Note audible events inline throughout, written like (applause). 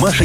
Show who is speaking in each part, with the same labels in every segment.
Speaker 1: Маша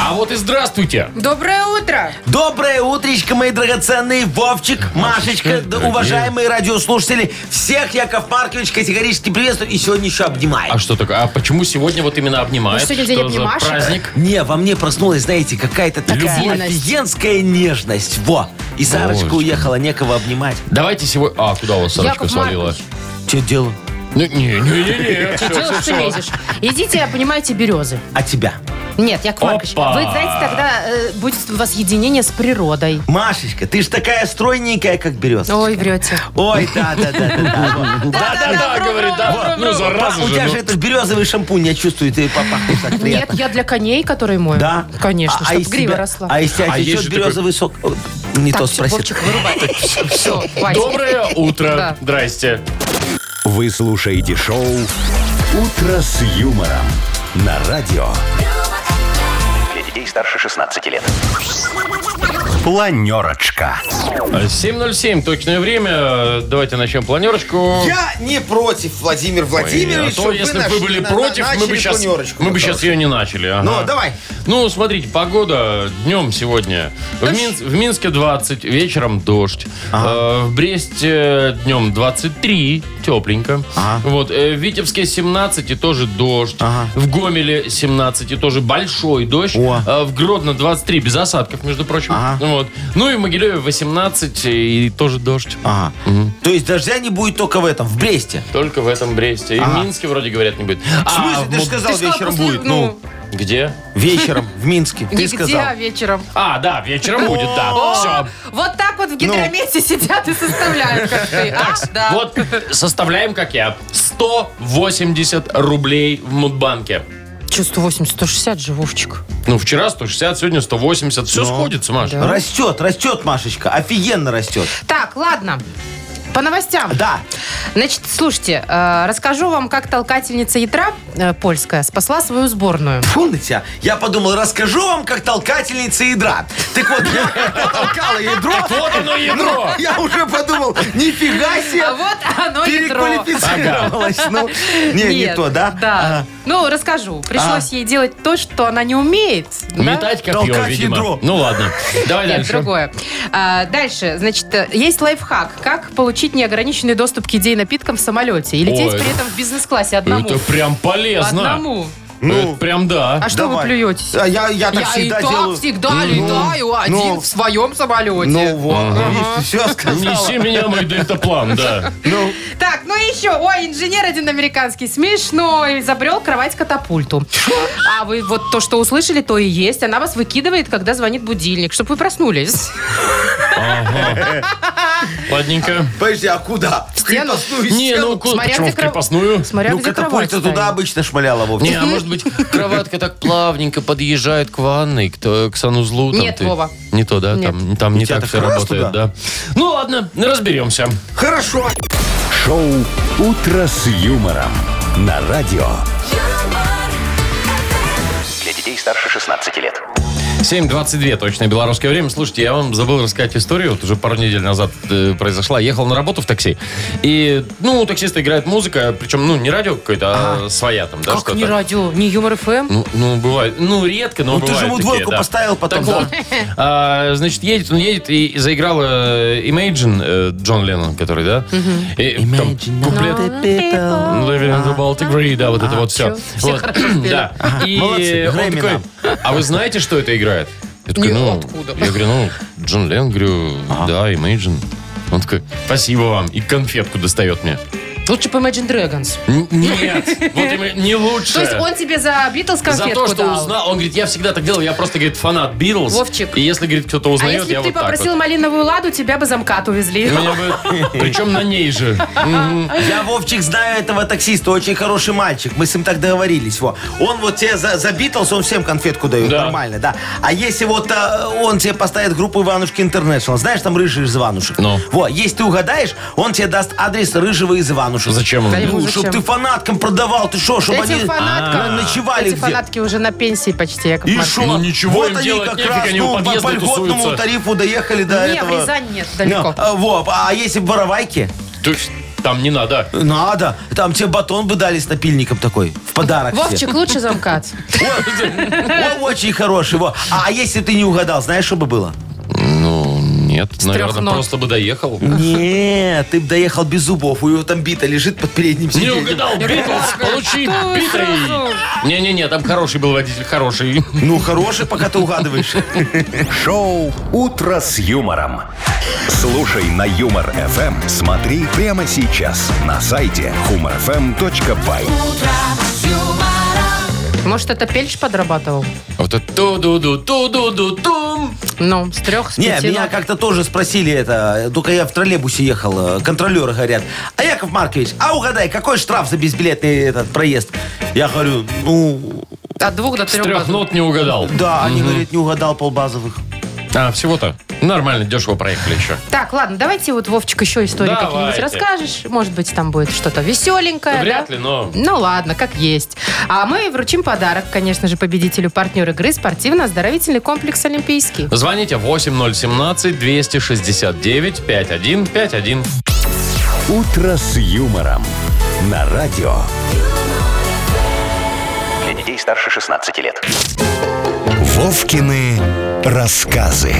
Speaker 2: А вот и здравствуйте.
Speaker 3: Доброе утро!
Speaker 4: Доброе утречко, мои драгоценные Вовчик, Машечка, да,
Speaker 2: дорогие.
Speaker 4: уважаемые радиослушатели. Всех Яков Маркович категорически приветствую и сегодня еще обнимаю.
Speaker 2: А что такое? А почему сегодня вот именно обнимает?
Speaker 3: Может, сегодня день
Speaker 2: Что за
Speaker 3: обнимашек?
Speaker 2: праздник?
Speaker 4: Не, во мне проснулась, знаете, какая-то такая
Speaker 3: Любовь.
Speaker 4: офигенская нежность. Во! И Сарочка
Speaker 2: Вовочка.
Speaker 4: уехала, некого обнимать.
Speaker 2: Давайте сегодня... А, куда у вас Сарочка
Speaker 3: Яков
Speaker 2: свалила? Ну,
Speaker 3: Маркович,
Speaker 4: Че дело?
Speaker 2: Не-не-не-не.
Speaker 3: что делаешь, что лезешь? Идите, понимаете, березы.
Speaker 4: А тебя?
Speaker 3: Нет, Яков Маркович,
Speaker 2: Опа!
Speaker 3: вы, знаете, тогда э, будет у вас единение с природой.
Speaker 4: Машечка, ты ж такая стройненькая, как березка.
Speaker 3: Ой, врете.
Speaker 4: Ой, да, да, да, да, да.
Speaker 2: Да-да-да, говорит, да. Ну, зараза
Speaker 4: У
Speaker 2: же.
Speaker 4: тебя
Speaker 2: ну.
Speaker 4: же этот березовый шампунь, я чувствую, ты попахнешь так
Speaker 3: Нет,
Speaker 4: приятно.
Speaker 3: я для коней, которые мою.
Speaker 4: Да? а
Speaker 3: Конечно, чтобы
Speaker 4: из
Speaker 3: грива
Speaker 4: тебя-
Speaker 3: росла.
Speaker 4: А из тебя
Speaker 2: А есть
Speaker 4: течет
Speaker 2: же
Speaker 4: березовый сок? О, Не то
Speaker 3: Так, все,
Speaker 4: спросил.
Speaker 3: Вовчик, вырубай.
Speaker 4: (laughs)
Speaker 3: Все, хватит.
Speaker 2: Доброе утро.
Speaker 3: (laughs) Да.
Speaker 2: Здрасте.
Speaker 1: Вы слушаете шоу «Утро с юмором» на радио. Для детей старше 16 лет. Планерочка.
Speaker 2: 7.07, точное время. Давайте начнем планерочку.
Speaker 5: Я не против, Владимир
Speaker 2: А
Speaker 5: Владимирович,
Speaker 2: то,
Speaker 5: чтобы
Speaker 2: если бы вы
Speaker 5: нашли-
Speaker 2: были
Speaker 5: на-
Speaker 2: против,
Speaker 5: на-
Speaker 2: мы бы
Speaker 5: начали
Speaker 2: сейчас,
Speaker 5: планерочку,
Speaker 2: мы бы
Speaker 5: потому
Speaker 2: сейчас ее не начали. ага.
Speaker 5: Ну, давай.
Speaker 2: Ну, смотрите, погода днем сегодня. В, Мин- в Минске 20, вечером дождь. Э, в Бресте днем 23, тепленько. Вот, э, в Витебске 17 и тоже дождь. В Гомеле 17 и тоже большой дождь.
Speaker 4: О.
Speaker 2: Э, в Гродно 23, без осадков, между прочим. Вот. Ну и в Могилеве 18 и тоже дождь.
Speaker 4: Ага. То есть дождя не будет только в этом, в Бресте.
Speaker 2: Только в этом Бресте. И в Минске, вроде говорят, не будет. А,
Speaker 4: В смысле, ты же сказал,
Speaker 3: сказала
Speaker 4: вечером
Speaker 3: после-
Speaker 4: будет. Ну,
Speaker 2: Где?
Speaker 4: (laughs) вечером в Минске.
Speaker 3: (laughs)
Speaker 4: Ты
Speaker 3: Нигде
Speaker 4: сказал.
Speaker 3: вечером.
Speaker 2: А, да, вечером будет, да. Все.
Speaker 3: Вот так вот в
Speaker 4: Ну.
Speaker 3: гидромете сидят и составляют, как ты. А? Да.
Speaker 2: Вот составляем, как я, 180 рублей в Мудбанке.
Speaker 3: Че, 180, 160 же, Вовчик.
Speaker 2: Ну, вчера 160, сегодня 180. Все сходится, Маша.
Speaker 4: Растет, растет, Машечка. Офигенно растет.
Speaker 3: Так, ладно. По новостям.
Speaker 4: Да.
Speaker 3: Значит, слушайте, э, расскажу вам, как толкательница ядра э, польская спасла свою сборную.
Speaker 4: Фу на тебя. Я подумал, расскажу вам, как толкательница ядра. Так вот, (laughs) я когда толкала ядро, Ну,
Speaker 2: Вот оно ядро.
Speaker 4: я уже подумал, нифига
Speaker 3: А
Speaker 4: себе,
Speaker 3: вот оно ядро.
Speaker 4: переквалифицировалась. Ну, не, не
Speaker 3: Нет,
Speaker 4: то, да?
Speaker 3: Да. Ну, расскажу. Пришлось ей делать то, что она не умеет. да?
Speaker 2: Метать копье,
Speaker 4: Толкать
Speaker 2: видимо.
Speaker 4: ядро.
Speaker 2: Ну, ладно. Давай
Speaker 3: Нет,
Speaker 2: дальше.
Speaker 3: другое. А, дальше, значит, э, есть лайфхак. Как получить неограниченный доступ к еде и напиткам в самолете и лететь
Speaker 2: Ой.
Speaker 3: при этом в бизнес-классе одному.
Speaker 2: Это прям полезно.
Speaker 3: Одному.
Speaker 2: Это прям да.
Speaker 3: А что вы
Speaker 4: Давай.
Speaker 3: плюетесь?
Speaker 5: А Я, я так
Speaker 3: Я и
Speaker 5: всегда
Speaker 3: так
Speaker 5: делаю.
Speaker 3: всегда летаю один
Speaker 5: ну.
Speaker 3: в своем самолете.
Speaker 4: Ну вот, видишь, все сказала.
Speaker 2: Неси меня, мой дельтаплан, да.
Speaker 3: Так, ну и еще, ой, инженер один американский, смешной, изобрел кровать-катапульту. А вы вот то, что услышали, то и есть. Она вас выкидывает, когда звонит будильник, чтобы вы проснулись.
Speaker 2: Ладненько.
Speaker 5: Подожди, а куда? В
Speaker 3: стену?
Speaker 5: крепостную
Speaker 2: Не,
Speaker 5: стену?
Speaker 2: ну, ку-
Speaker 3: Смотря
Speaker 2: почему
Speaker 3: где
Speaker 2: в
Speaker 3: кров-
Speaker 2: крепостную?
Speaker 3: Смотря
Speaker 4: Ну,
Speaker 3: где кровать
Speaker 4: катапульта
Speaker 3: стоит.
Speaker 4: туда обычно шмаляла
Speaker 2: Не,
Speaker 4: вовсе.
Speaker 2: а может быть, кроватка так плавненько подъезжает к ванной, к, то- к санузлу. там
Speaker 3: Нет,
Speaker 2: ты-
Speaker 3: Вова.
Speaker 2: Не то, да?
Speaker 3: Нет.
Speaker 2: Там, там не
Speaker 4: тебя
Speaker 2: так
Speaker 4: так
Speaker 2: все
Speaker 4: раз
Speaker 2: работает,
Speaker 4: туда?
Speaker 2: да. Ну ладно, разберемся.
Speaker 5: Хорошо.
Speaker 1: Шоу «Утро с юмором» на радио. Для детей старше 16 лет.
Speaker 2: 7.22, точное белорусское время. Слушайте, я вам забыл рассказать историю. Вот уже пару недель назад э, произошла. Ехал на работу в такси. И, ну, у таксиста играет музыка. Причем, ну, не радио какое-то, а, своя там, да,
Speaker 3: Как
Speaker 2: что-то.
Speaker 3: не радио, не юмор ФМ.
Speaker 2: Ну, ну, бывает. Ну, редко, но
Speaker 4: Ну, ты
Speaker 2: бывает
Speaker 4: же ему
Speaker 2: такие,
Speaker 4: двойку
Speaker 2: да.
Speaker 4: поставил потом,
Speaker 2: Так
Speaker 4: да.
Speaker 2: вот, а, значит, едет, он едет и, и заиграл э, Imagine, э, Джон Леннон, который, да? И там
Speaker 4: Ну,
Speaker 2: куплет... Ну, Living in the Baltic Sea, да, вот это вот все.
Speaker 3: Все
Speaker 2: Вот.
Speaker 3: хорошо спели.
Speaker 2: Да. И
Speaker 4: Молодцы,
Speaker 2: он
Speaker 4: Грэмми
Speaker 2: такой,
Speaker 4: нам.
Speaker 2: а вы знаете, что это играет? Я
Speaker 3: Не,
Speaker 2: такой, ну,
Speaker 3: откуда?
Speaker 2: я говорю, ну, Джон Лен, говорю, да, Imagine. Он такой, спасибо вам. И конфетку достает мне.
Speaker 3: Лучше по Imagine Dragons.
Speaker 2: Н- Нет, вот им- не лучше.
Speaker 3: То есть он тебе за Битлз
Speaker 2: За
Speaker 3: конфетку
Speaker 2: то, что
Speaker 3: дал?
Speaker 2: узнал. Он говорит, я всегда так делал, я просто, говорит, фанат Битлз.
Speaker 3: Вовчик.
Speaker 2: И если, говорит, кто-то
Speaker 3: А
Speaker 2: узнает,
Speaker 3: если
Speaker 2: я
Speaker 3: бы ты
Speaker 2: вот так вот.
Speaker 3: попросил
Speaker 2: Ну,
Speaker 3: малиновую ладу, тебя бы замкат увезли.
Speaker 2: Меня бы- Причем на ней же.
Speaker 4: Я, Вовчик, знаю этого таксиста, очень хороший мальчик. Мы с ним так договорились. Во. Он вот тебе за, за Битлз, он всем конфетку дает,
Speaker 2: Да.
Speaker 4: нормально, да. А если вот а, он тебе поставит группу Иванушки Интернешнл, знаешь, там рыжий из Иванушек.
Speaker 2: Ну.
Speaker 4: Во, если ты угадаешь, он тебе даст адрес рыжего из нужен.
Speaker 2: Зачем он?
Speaker 3: Да
Speaker 2: мне?
Speaker 3: ему
Speaker 4: Ну,
Speaker 3: зачем?
Speaker 4: чтобы ты фанаткам продавал, ты что, чтобы
Speaker 3: Этим
Speaker 4: они
Speaker 3: фанаткам-
Speaker 4: на- ночевали
Speaker 3: Эти
Speaker 4: где?
Speaker 3: фанатки уже на пенсии почти, Яков
Speaker 4: И
Speaker 3: Маркович.
Speaker 4: шо?
Speaker 2: Ну, ничего
Speaker 4: вот
Speaker 2: им
Speaker 4: они
Speaker 2: делать
Speaker 4: как
Speaker 2: нефиг,
Speaker 4: раз
Speaker 2: они у
Speaker 4: ну, по,
Speaker 2: подъезда
Speaker 4: по льготному
Speaker 2: тусуются.
Speaker 4: тарифу доехали до
Speaker 3: Не,
Speaker 4: этого.
Speaker 3: в Рязань нет
Speaker 4: Ну,
Speaker 3: далеко.
Speaker 4: а, во, а если бы воровайки?
Speaker 2: То есть Там не надо.
Speaker 4: Надо. Там тебе батон бы дали с напильником такой. В подарок. тебе.
Speaker 3: Вовчик, лучше замкат.
Speaker 4: О, очень хороший. Во. А если ты не угадал, знаешь, что бы было?
Speaker 2: Ну, нет.
Speaker 3: трех
Speaker 2: Наверное,
Speaker 3: ног.
Speaker 2: просто бы доехал.
Speaker 4: Нет, ты бы доехал без зубов. У него там бита лежит под передним
Speaker 2: Не
Speaker 4: сиденьем.
Speaker 2: угадал, Битлз, получи
Speaker 3: Что вы сразу?
Speaker 2: битой. Не-не-не, там хороший был водитель, хороший.
Speaker 4: Ну, хороший, пока ты угадываешь.
Speaker 1: Шоу «Утро с юмором». Слушай на Юмор ФМ. Смотри прямо сейчас на сайте humorfm.by.
Speaker 3: Может, это Пельш подрабатывал?
Speaker 2: Вот это ту-ду-ду, ту-ду-ду, тум.
Speaker 3: Ну, с трех, с
Speaker 4: Не,
Speaker 3: пяти.
Speaker 4: меня
Speaker 3: ну.
Speaker 4: как-то тоже спросили это. Только я в троллейбусе ехал. э, Контролеры говорят. А Яков Маркович, а угадай, какой штраф за безбилетный этот проезд? Я говорю, ну,
Speaker 3: От двух до трех.
Speaker 2: Трех нот не угадал.
Speaker 4: да. Они говорят, не угадал полбазовых.
Speaker 2: А, всего-то. Нормально, дешево проехали еще.
Speaker 3: Так, ладно, давайте вот, Вовчик, еще истории какие-нибудь
Speaker 2: Давайте.
Speaker 3: расскажешь. Может быть, там будет что-то веселенькое.
Speaker 2: Вряд
Speaker 3: да?
Speaker 2: ли, но...
Speaker 3: Ну ладно, как есть. А мы вручим подарок, конечно же, победителю партнер игры спортивно-оздоровительный комплекс «Олимпийский».
Speaker 2: Звоните 8017-269-5151.
Speaker 1: «Утро с юмором» на радио.
Speaker 6: Для детей старше 16 лет.
Speaker 1: Вовкины рассказы.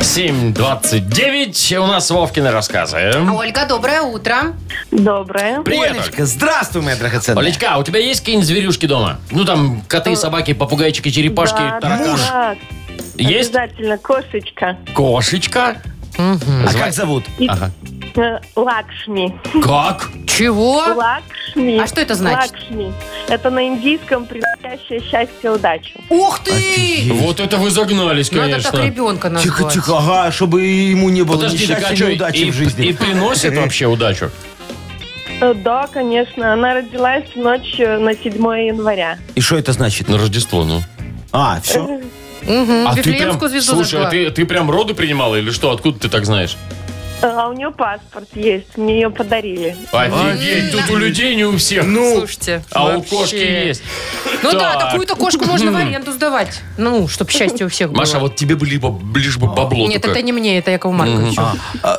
Speaker 2: 7.29. У нас Вовкины рассказы.
Speaker 3: А Ольга, доброе утро.
Speaker 7: Доброе.
Speaker 2: Привет, Оль.
Speaker 4: Олечка, здравствуй, моя драгоценная.
Speaker 2: Олечка, а у тебя есть какие-нибудь зверюшки дома? Ну, там
Speaker 3: Э,
Speaker 2: коты, собаки, попугайчики, черепашки,
Speaker 7: Да,
Speaker 2: тараканы.
Speaker 7: да, да.
Speaker 2: Есть
Speaker 7: Обязательно кошечка.
Speaker 2: кошечка.
Speaker 4: а
Speaker 2: Звать-
Speaker 4: как зовут?
Speaker 7: И,
Speaker 3: (laughs)
Speaker 2: Ага.
Speaker 7: э, Лакшми.
Speaker 2: Как?
Speaker 3: Чего?
Speaker 7: Лакшми.
Speaker 3: А что это значит?
Speaker 7: Лакшми. Это на индийском приносящее счастье и удачу.
Speaker 3: Ух ты!
Speaker 2: Вот Ну, это вы загнались,
Speaker 3: Надо Ну, так
Speaker 2: конечно.
Speaker 3: ребенка назвать.
Speaker 4: Тихо-тихо, ага, чтобы ему не было ни
Speaker 2: Подожди, так а
Speaker 4: счастья,
Speaker 2: что,
Speaker 4: ни удачи
Speaker 2: и,
Speaker 4: в жизни.
Speaker 2: и приносит вообще удачу?
Speaker 7: Э, Да, конечно. Она родилась в ночь э, на 7 января.
Speaker 4: И что это значит?
Speaker 2: На Рождество, ну.
Speaker 4: А, все.
Speaker 3: Мгм,
Speaker 2: А ты прям,
Speaker 3: Ну, Вифлеемскую звезду
Speaker 2: слушай, а
Speaker 3: зажгла.
Speaker 2: ты, ты прям роды принимала или что? Откуда ты так знаешь?
Speaker 7: Э, А у нее паспорт есть. Мне ее подарили.
Speaker 2: Офигеть, тут у людей не у всех.
Speaker 3: Слушайте,
Speaker 2: А у
Speaker 3: вообще.
Speaker 2: кошки есть.
Speaker 3: Ну да,
Speaker 2: Так.
Speaker 3: такую-то кошку можно в аренду сдавать. Ну, чтобы счастье у всех было.
Speaker 2: Маша, а вот тебе бы либо лишь бы бабло.
Speaker 3: Нет,
Speaker 2: только.
Speaker 3: это не мне, это Якову Марковичу.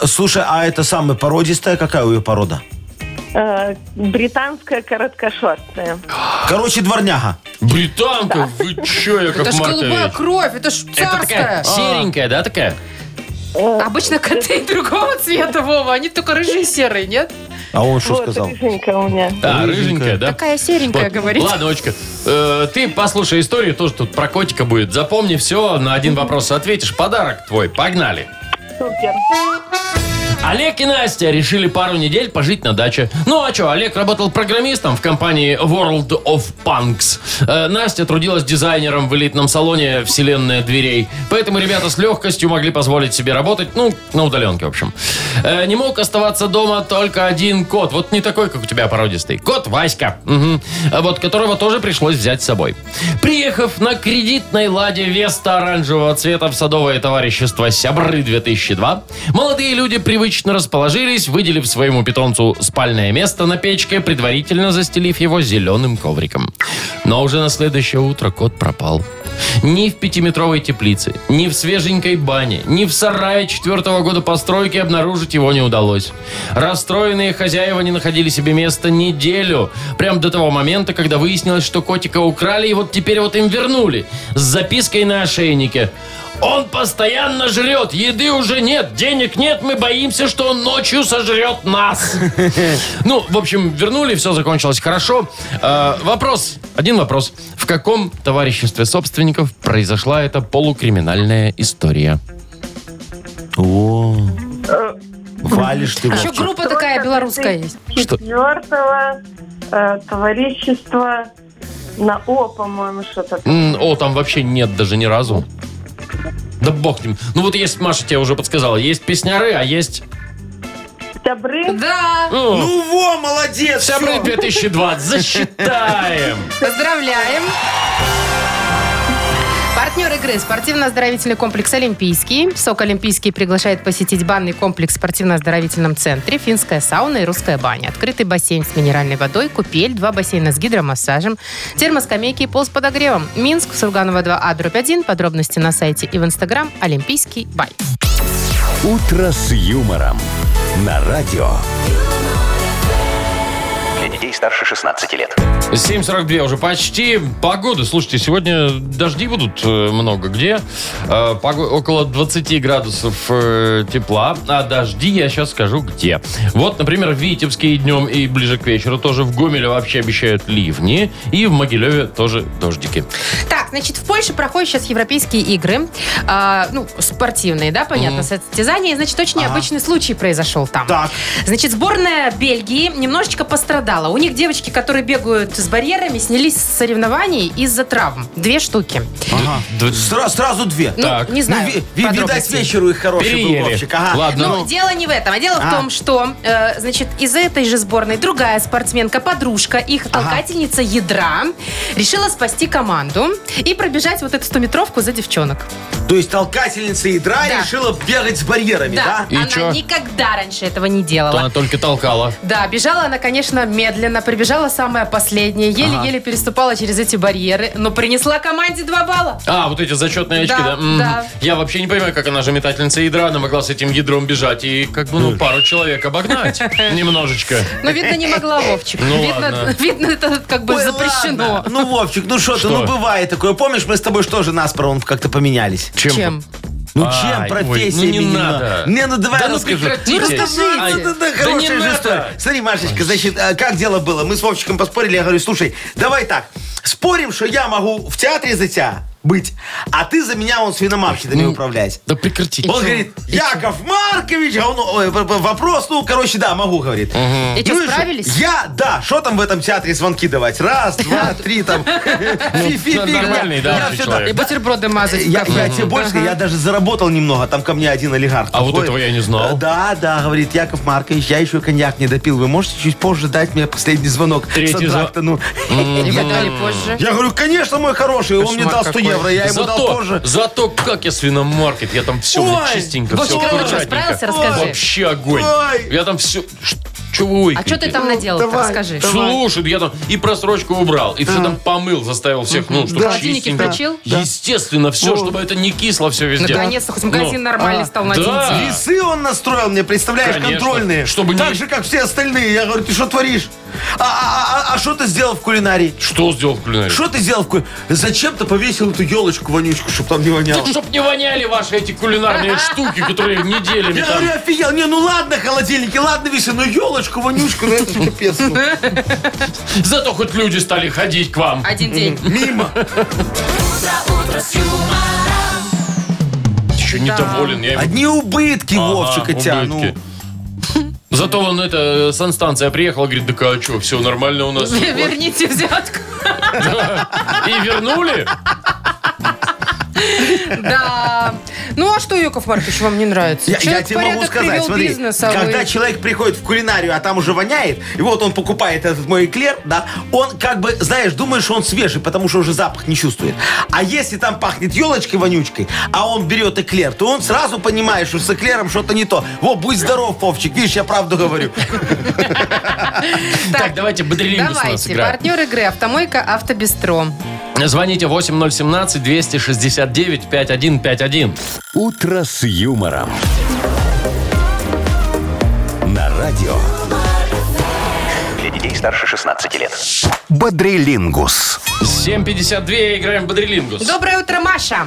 Speaker 4: слушай, а это самая породистая, какая у ее порода?
Speaker 7: Э, Британская короткошерстная.
Speaker 4: А Короче, дворняга.
Speaker 2: Британка, вы че, Яков
Speaker 3: Это ж голубая
Speaker 2: Маркович?
Speaker 3: кровь, это ж
Speaker 2: Это такая А.
Speaker 3: царская.
Speaker 2: серенькая, да, такая?
Speaker 3: Обычно коты другого цвета, Вова, они только рыжие и серые, нет?
Speaker 4: А он что
Speaker 7: вот,
Speaker 4: сказал?
Speaker 7: рыженькая у меня.
Speaker 2: Да, рыженькая,
Speaker 4: Рыженькая.
Speaker 2: да?
Speaker 3: Такая серенькая,
Speaker 2: Вот.
Speaker 3: говорит.
Speaker 2: Ладно, Очка, э, ты послушай историю, тоже тут про котика будет. Запомни все, на один вопрос ответишь. Подарок твой, погнали.
Speaker 7: Супер.
Speaker 2: Олег и Настя решили пару недель пожить на даче. Ну а что, Олег работал программистом в компании World of Punks. Э, Настя трудилась дизайнером в элитном салоне «Вселенная дверей». Поэтому ребята с легкостью могли позволить себе работать, ну, на удаленке, в общем. Э, не мог оставаться дома только один кот. Вот не такой, как у тебя породистый. Кот Васька. Мгм. А Вот которого тоже пришлось взять с собой. Приехав на кредитной ладе Веста оранжевого цвета в садовое товарищество Сябры 2002, молодые люди привычно расположились, выделив своему питомцу спальное место на печке, предварительно застелив его зеленым ковриком. Но уже на следующее утро кот пропал. Ни в пятиметровой теплице, ни в свеженькой бане, ни в сарае четвертого года постройки обнаружить его не удалось. Расстроенные хозяева не находили себе места неделю. Прям до того момента, когда выяснилось, что котика украли, и вот теперь вот им вернули. С запиской на ошейнике. Он постоянно жрет, еды уже нет, денег нет, мы боимся, что он ночью сожрет нас. Ну, в общем, вернули, все закончилось хорошо. Э, вопрос, один вопрос. В каком товариществе собственников произошла эта полукриминальная история?
Speaker 4: О. Валишь
Speaker 2: (laughs)
Speaker 4: ты,
Speaker 3: А еще
Speaker 4: Вовчик.
Speaker 3: группа такая белорусская есть.
Speaker 2: Что?
Speaker 7: Четвертого э, товарищества на О, по-моему, что-то.
Speaker 2: М, О, там вообще нет даже ни разу. Да бог им. Ну вот есть, Маша тебе уже подсказала, есть песняры, а есть...
Speaker 7: Добры.
Speaker 3: Да,
Speaker 2: ну,
Speaker 4: Ну во, молодец.
Speaker 2: Сябры 2020, засчитаем.
Speaker 3: поздравляем. Партнер игры спортивно-оздоровительный комплекс «Олимпийский». СОК «Олимпийский» приглашает посетить банный комплекс в спортивно-оздоровительном центре, финская сауна и русская баня, открытый бассейн с минеральной водой, купель, два бассейна с гидромассажем, термоскамейки и пол с подогревом. Минск, Сурганова 2А, дробь 1. Подробности на сайте и в Инстаграм «Олимпийский бай».
Speaker 1: «Утро с юмором» на радио.
Speaker 6: Для детей старше 16 лет.
Speaker 2: 7.42 уже почти. Погода, слушайте, сегодня дожди будут э, много где. Э, пого- Около 20 градусов э, тепла. А дожди я сейчас скажу где. Вот, например, в Витебске и днем, и ближе к вечеру тоже. В Гомеле вообще обещают ливни. И в Могилеве тоже дождики.
Speaker 3: Так, значит, в Польше проходят сейчас европейские игры. А, ну, спортивные, да, понятно, состязания. И, Значит, очень необычный случай произошел там.
Speaker 4: Так.
Speaker 3: Значит, сборная Бельгии немножечко пострадала. У них девочки, которые бегают с барьерами, снялись с соревнований из-за травм. Две штуки.
Speaker 2: Д-
Speaker 4: Сра- сразу две.
Speaker 3: Ну,
Speaker 2: Так.
Speaker 3: не знаю.
Speaker 4: Ну, ви- ви- видать,
Speaker 3: подробностей.
Speaker 4: вечеру их хороший был
Speaker 2: Переели.
Speaker 4: Вовчик. Ага.
Speaker 2: Ладно.
Speaker 3: Ну, дело не в этом, а дело в
Speaker 4: А.
Speaker 3: том, что, э, значит, из этой же сборной другая спортсменка, подружка, их толкательница ядра, решила спасти команду и пробежать вот эту стометровку за девчонок.
Speaker 4: То есть толкательница ядра
Speaker 3: Да.
Speaker 4: решила бегать с барьерами, да?
Speaker 2: И
Speaker 3: она
Speaker 2: чё?
Speaker 3: никогда раньше этого не
Speaker 2: То
Speaker 3: делала.
Speaker 2: она только толкала.
Speaker 3: Да, бежала она, конечно, медленно, прибежала самая последняя, еле-еле переступала через эти барьеры, но принесла команде два балла.
Speaker 2: А, вот эти зачетные очки, да?
Speaker 3: Да,
Speaker 2: Мгм.
Speaker 3: да.
Speaker 2: Я вообще не понимаю, как она же метательница ядра, она могла с этим ядром бежать и как бы, ну, пару человек (laughs) обогнать немножечко.
Speaker 3: Но, видно, не
Speaker 4: (laughs)
Speaker 3: могла Вовчик.
Speaker 2: Ну, ладно.
Speaker 3: видно, (laughs) видно, это как бы
Speaker 4: Ой,
Speaker 3: запрещено.
Speaker 4: ладно. Ну, Вовчик, ну что ты,
Speaker 2: Что?
Speaker 4: ну бывает такое. Помнишь, мы с тобой что же нас про как-то поменялись?
Speaker 3: Чем?
Speaker 4: Ну
Speaker 2: Ай,
Speaker 4: чем
Speaker 2: ой,
Speaker 4: профессия
Speaker 2: ну не
Speaker 4: менена?
Speaker 2: надо.
Speaker 4: Не, ну давай
Speaker 2: Да ну
Speaker 4: расскажу.
Speaker 2: прекратите.
Speaker 4: Ну расскажи.
Speaker 2: Ай,
Speaker 4: ну, да, да,
Speaker 2: да не
Speaker 4: хорошая же
Speaker 2: надо.
Speaker 4: история. Смотри, Машечка, значит, а, как дело было? Мы с Вовчиком поспорили, я говорю, слушай, давай так, спорим, что я могу в театре за тебя быть, а ты за меня он свиномаркетами
Speaker 2: Ну,
Speaker 4: управлять.
Speaker 2: Да прекратите.
Speaker 4: Он говорит, Яков Маркович, а он, ой, в- в- вопрос, ну, короче, да, могу, говорит.
Speaker 3: И чё,
Speaker 4: Ну и что?
Speaker 3: справились?
Speaker 4: Я, да, что там в этом театре звонки
Speaker 3: (laughs)
Speaker 4: давать? Раз, два, три, там.
Speaker 3: Ну,
Speaker 4: Фи-фи-фи.
Speaker 2: нормальный, да,
Speaker 4: Я
Speaker 2: вообще
Speaker 4: всё
Speaker 2: человек.
Speaker 3: И бутерброды мазать. в
Speaker 4: я,
Speaker 3: кафе.
Speaker 4: я тебе больше, скажу, я даже заработал немного. Там ко мне один олигарх.
Speaker 2: А вот
Speaker 4: подходит.
Speaker 2: этого я не знал.
Speaker 4: Э, Да, да, говорит Яков Маркович, я еще коньяк не допил. Вы можете чуть позже дать мне последний звонок
Speaker 2: Третий
Speaker 4: с антракта? Ну,
Speaker 3: И вы дали позже.
Speaker 4: (laughs) Я говорю, конечно, мой хороший. Он мне дал 100 евро, я ему дал
Speaker 2: Зато-
Speaker 4: позже.
Speaker 2: Зато как я свиномаркет, я там все
Speaker 4: Ой,
Speaker 2: чистенько,
Speaker 3: Вовчик,
Speaker 2: все
Speaker 3: а ну что, справился? Расскажи.
Speaker 2: Вообще огонь.
Speaker 4: Ой.
Speaker 2: Я там все... Чего вы
Speaker 3: А что ты
Speaker 2: ойкаете?
Speaker 3: там наделал,
Speaker 4: Ну, Давай.
Speaker 3: расскажи.
Speaker 2: Слушай, я там и просрочку убрал, и все там помыл, заставил всех, ну, чтобы
Speaker 3: Да. Холодильники
Speaker 2: чистенько.
Speaker 3: включил?
Speaker 2: Естественно, все, чтобы это не кисло все везде.
Speaker 3: Наконец-то хоть магазин
Speaker 2: Ну,
Speaker 4: а,
Speaker 3: нормальный стал на
Speaker 2: да.
Speaker 3: день.
Speaker 4: Весы он настроил мне, представляешь,
Speaker 2: Конечно,
Speaker 4: контрольные.
Speaker 2: чтобы не-
Speaker 4: так же, как все остальные. Я говорю, ты что творишь? А- А а- а что ты сделал в кулинарии?
Speaker 2: Что сделал в кулинарии?
Speaker 4: Что ты сделал в кулинарии? Зачем ты повесил эту елочку вонючку, чтобы там не воняло?
Speaker 2: Чтоб не воняли ваши эти кулинарные штуки, которые неделями
Speaker 4: Я
Speaker 2: там...
Speaker 4: говорю, офигел. Не, ну ладно, холодильники, ладно, весы, но елочку, вонючку, ну это же капец. ну.
Speaker 2: (laughs) Зато хоть люди стали ходить к вам.
Speaker 3: Один
Speaker 4: (laughs)
Speaker 3: день.
Speaker 4: Мимо.
Speaker 2: Еще недоволен. Я им-
Speaker 4: Одни убытки,
Speaker 2: Ага,
Speaker 4: Вовчик, и тебя, ну.
Speaker 2: ублюдки. Зато он это, санстанция приехала, говорит, да а что, все нормально у
Speaker 3: (laughs)
Speaker 2: нас.
Speaker 3: (laughs) Верните взятку.
Speaker 2: И вернули?
Speaker 3: Да. Ну а что, Яков Маркович, вам не нравится?
Speaker 4: Я, я
Speaker 3: Человек в
Speaker 4: тебе могу
Speaker 3: порядок
Speaker 4: сказать,
Speaker 3: привел
Speaker 4: смотри,
Speaker 3: бизнес, а
Speaker 4: когда
Speaker 3: вы-
Speaker 4: человек приходит в кулинарию, а там уже воняет, и вот он покупает этот мой эклер, да, он как бы, знаешь, думаешь, что он свежий, потому что уже запах не чувствует. А если там пахнет елочкой вонючкой, а он берет эклер, то он сразу понимает, что с эклером что-то не то. Во, будь здоров, Вовчик, видишь, я
Speaker 3: (laughs)
Speaker 4: правду говорю.
Speaker 2: Так, давайте бодрелингус у нас
Speaker 3: Давайте,
Speaker 2: играет.
Speaker 3: партнер игры «Автомойка Автобестро».
Speaker 2: Звоните 8017-269-5151.
Speaker 1: «Утро с юмором». На радио
Speaker 6: Для детей старше 16 лет.
Speaker 1: «Бодрилингус».
Speaker 2: 7.52, играем в бодрелингус.
Speaker 3: Доброе утро, Маша.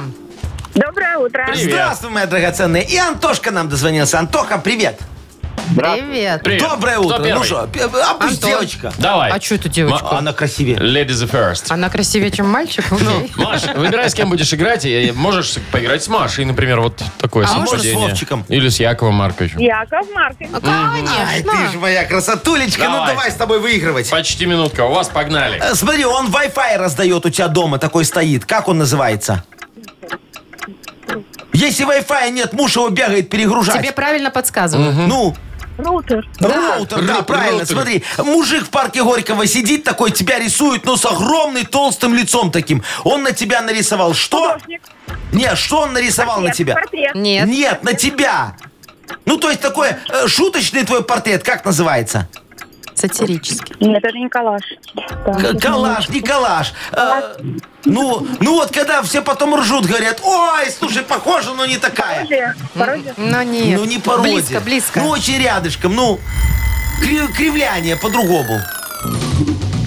Speaker 7: Доброе утро.
Speaker 2: Привет.
Speaker 4: Здравствуй, моя драгоценная. И Антошка нам дозвонился. Антоха, привет.
Speaker 3: Привет.
Speaker 2: Привет.
Speaker 4: Доброе
Speaker 2: Кто
Speaker 4: утро. Ну
Speaker 2: первый?
Speaker 4: что, пе- а пусть
Speaker 3: Антон.
Speaker 4: девочка.
Speaker 2: Давай.
Speaker 3: А что это девочка?
Speaker 4: Она красивее.
Speaker 2: Ladies first.
Speaker 3: Она красивее, чем мальчик? Окей.
Speaker 2: Маш, выбирай, с кем будешь играть. и Можешь поиграть с Машей, например, вот такое
Speaker 4: А может, с
Speaker 2: совпадение.
Speaker 4: Вовчиком.
Speaker 2: Или с Яковом Марковичем.
Speaker 7: Яков
Speaker 3: А
Speaker 7: Маркович.
Speaker 4: Ай, ты же
Speaker 3: Конечно.
Speaker 4: моя красотулечка. Ну
Speaker 2: Давай.
Speaker 4: давай с тобой выигрывать.
Speaker 2: Почти минутка, у вас погнали.
Speaker 4: Э, Смотри, он Wi-Fi раздает у тебя дома, такой стоит. Как он называется? Если Wi-Fi нет, муж его бегает перегружать.
Speaker 3: Тебе правильно подсказываю.
Speaker 4: Ну,
Speaker 7: Роутер.
Speaker 4: Роутер, да,
Speaker 2: Ру-
Speaker 4: правильно,
Speaker 2: роутер.
Speaker 4: смотри. Мужик в парке Горького сидит такой, тебя рисует, но с огромным толстым лицом таким. Он на тебя нарисовал что?
Speaker 7: Художник.
Speaker 4: Не, что он нарисовал на
Speaker 7: Нет,
Speaker 4: тебя?
Speaker 7: Портрет.
Speaker 3: Нет.
Speaker 4: Нет, на тебя. Ну, то есть такой э, шуточный твой портрет, как называется?
Speaker 3: Сатирически.
Speaker 7: Нет, это не калаш.
Speaker 4: К- Калаш, не калаш. Э, ну, ну вот когда все потом ржут, говорят, ой, слушай, похоже, но не такая.
Speaker 7: Пародия. Пародия.
Speaker 3: Но нет.
Speaker 4: Ну не пародия.
Speaker 3: Близко, близко.
Speaker 4: Ну очень рядышком. Ну, кри- кривляние по-другому.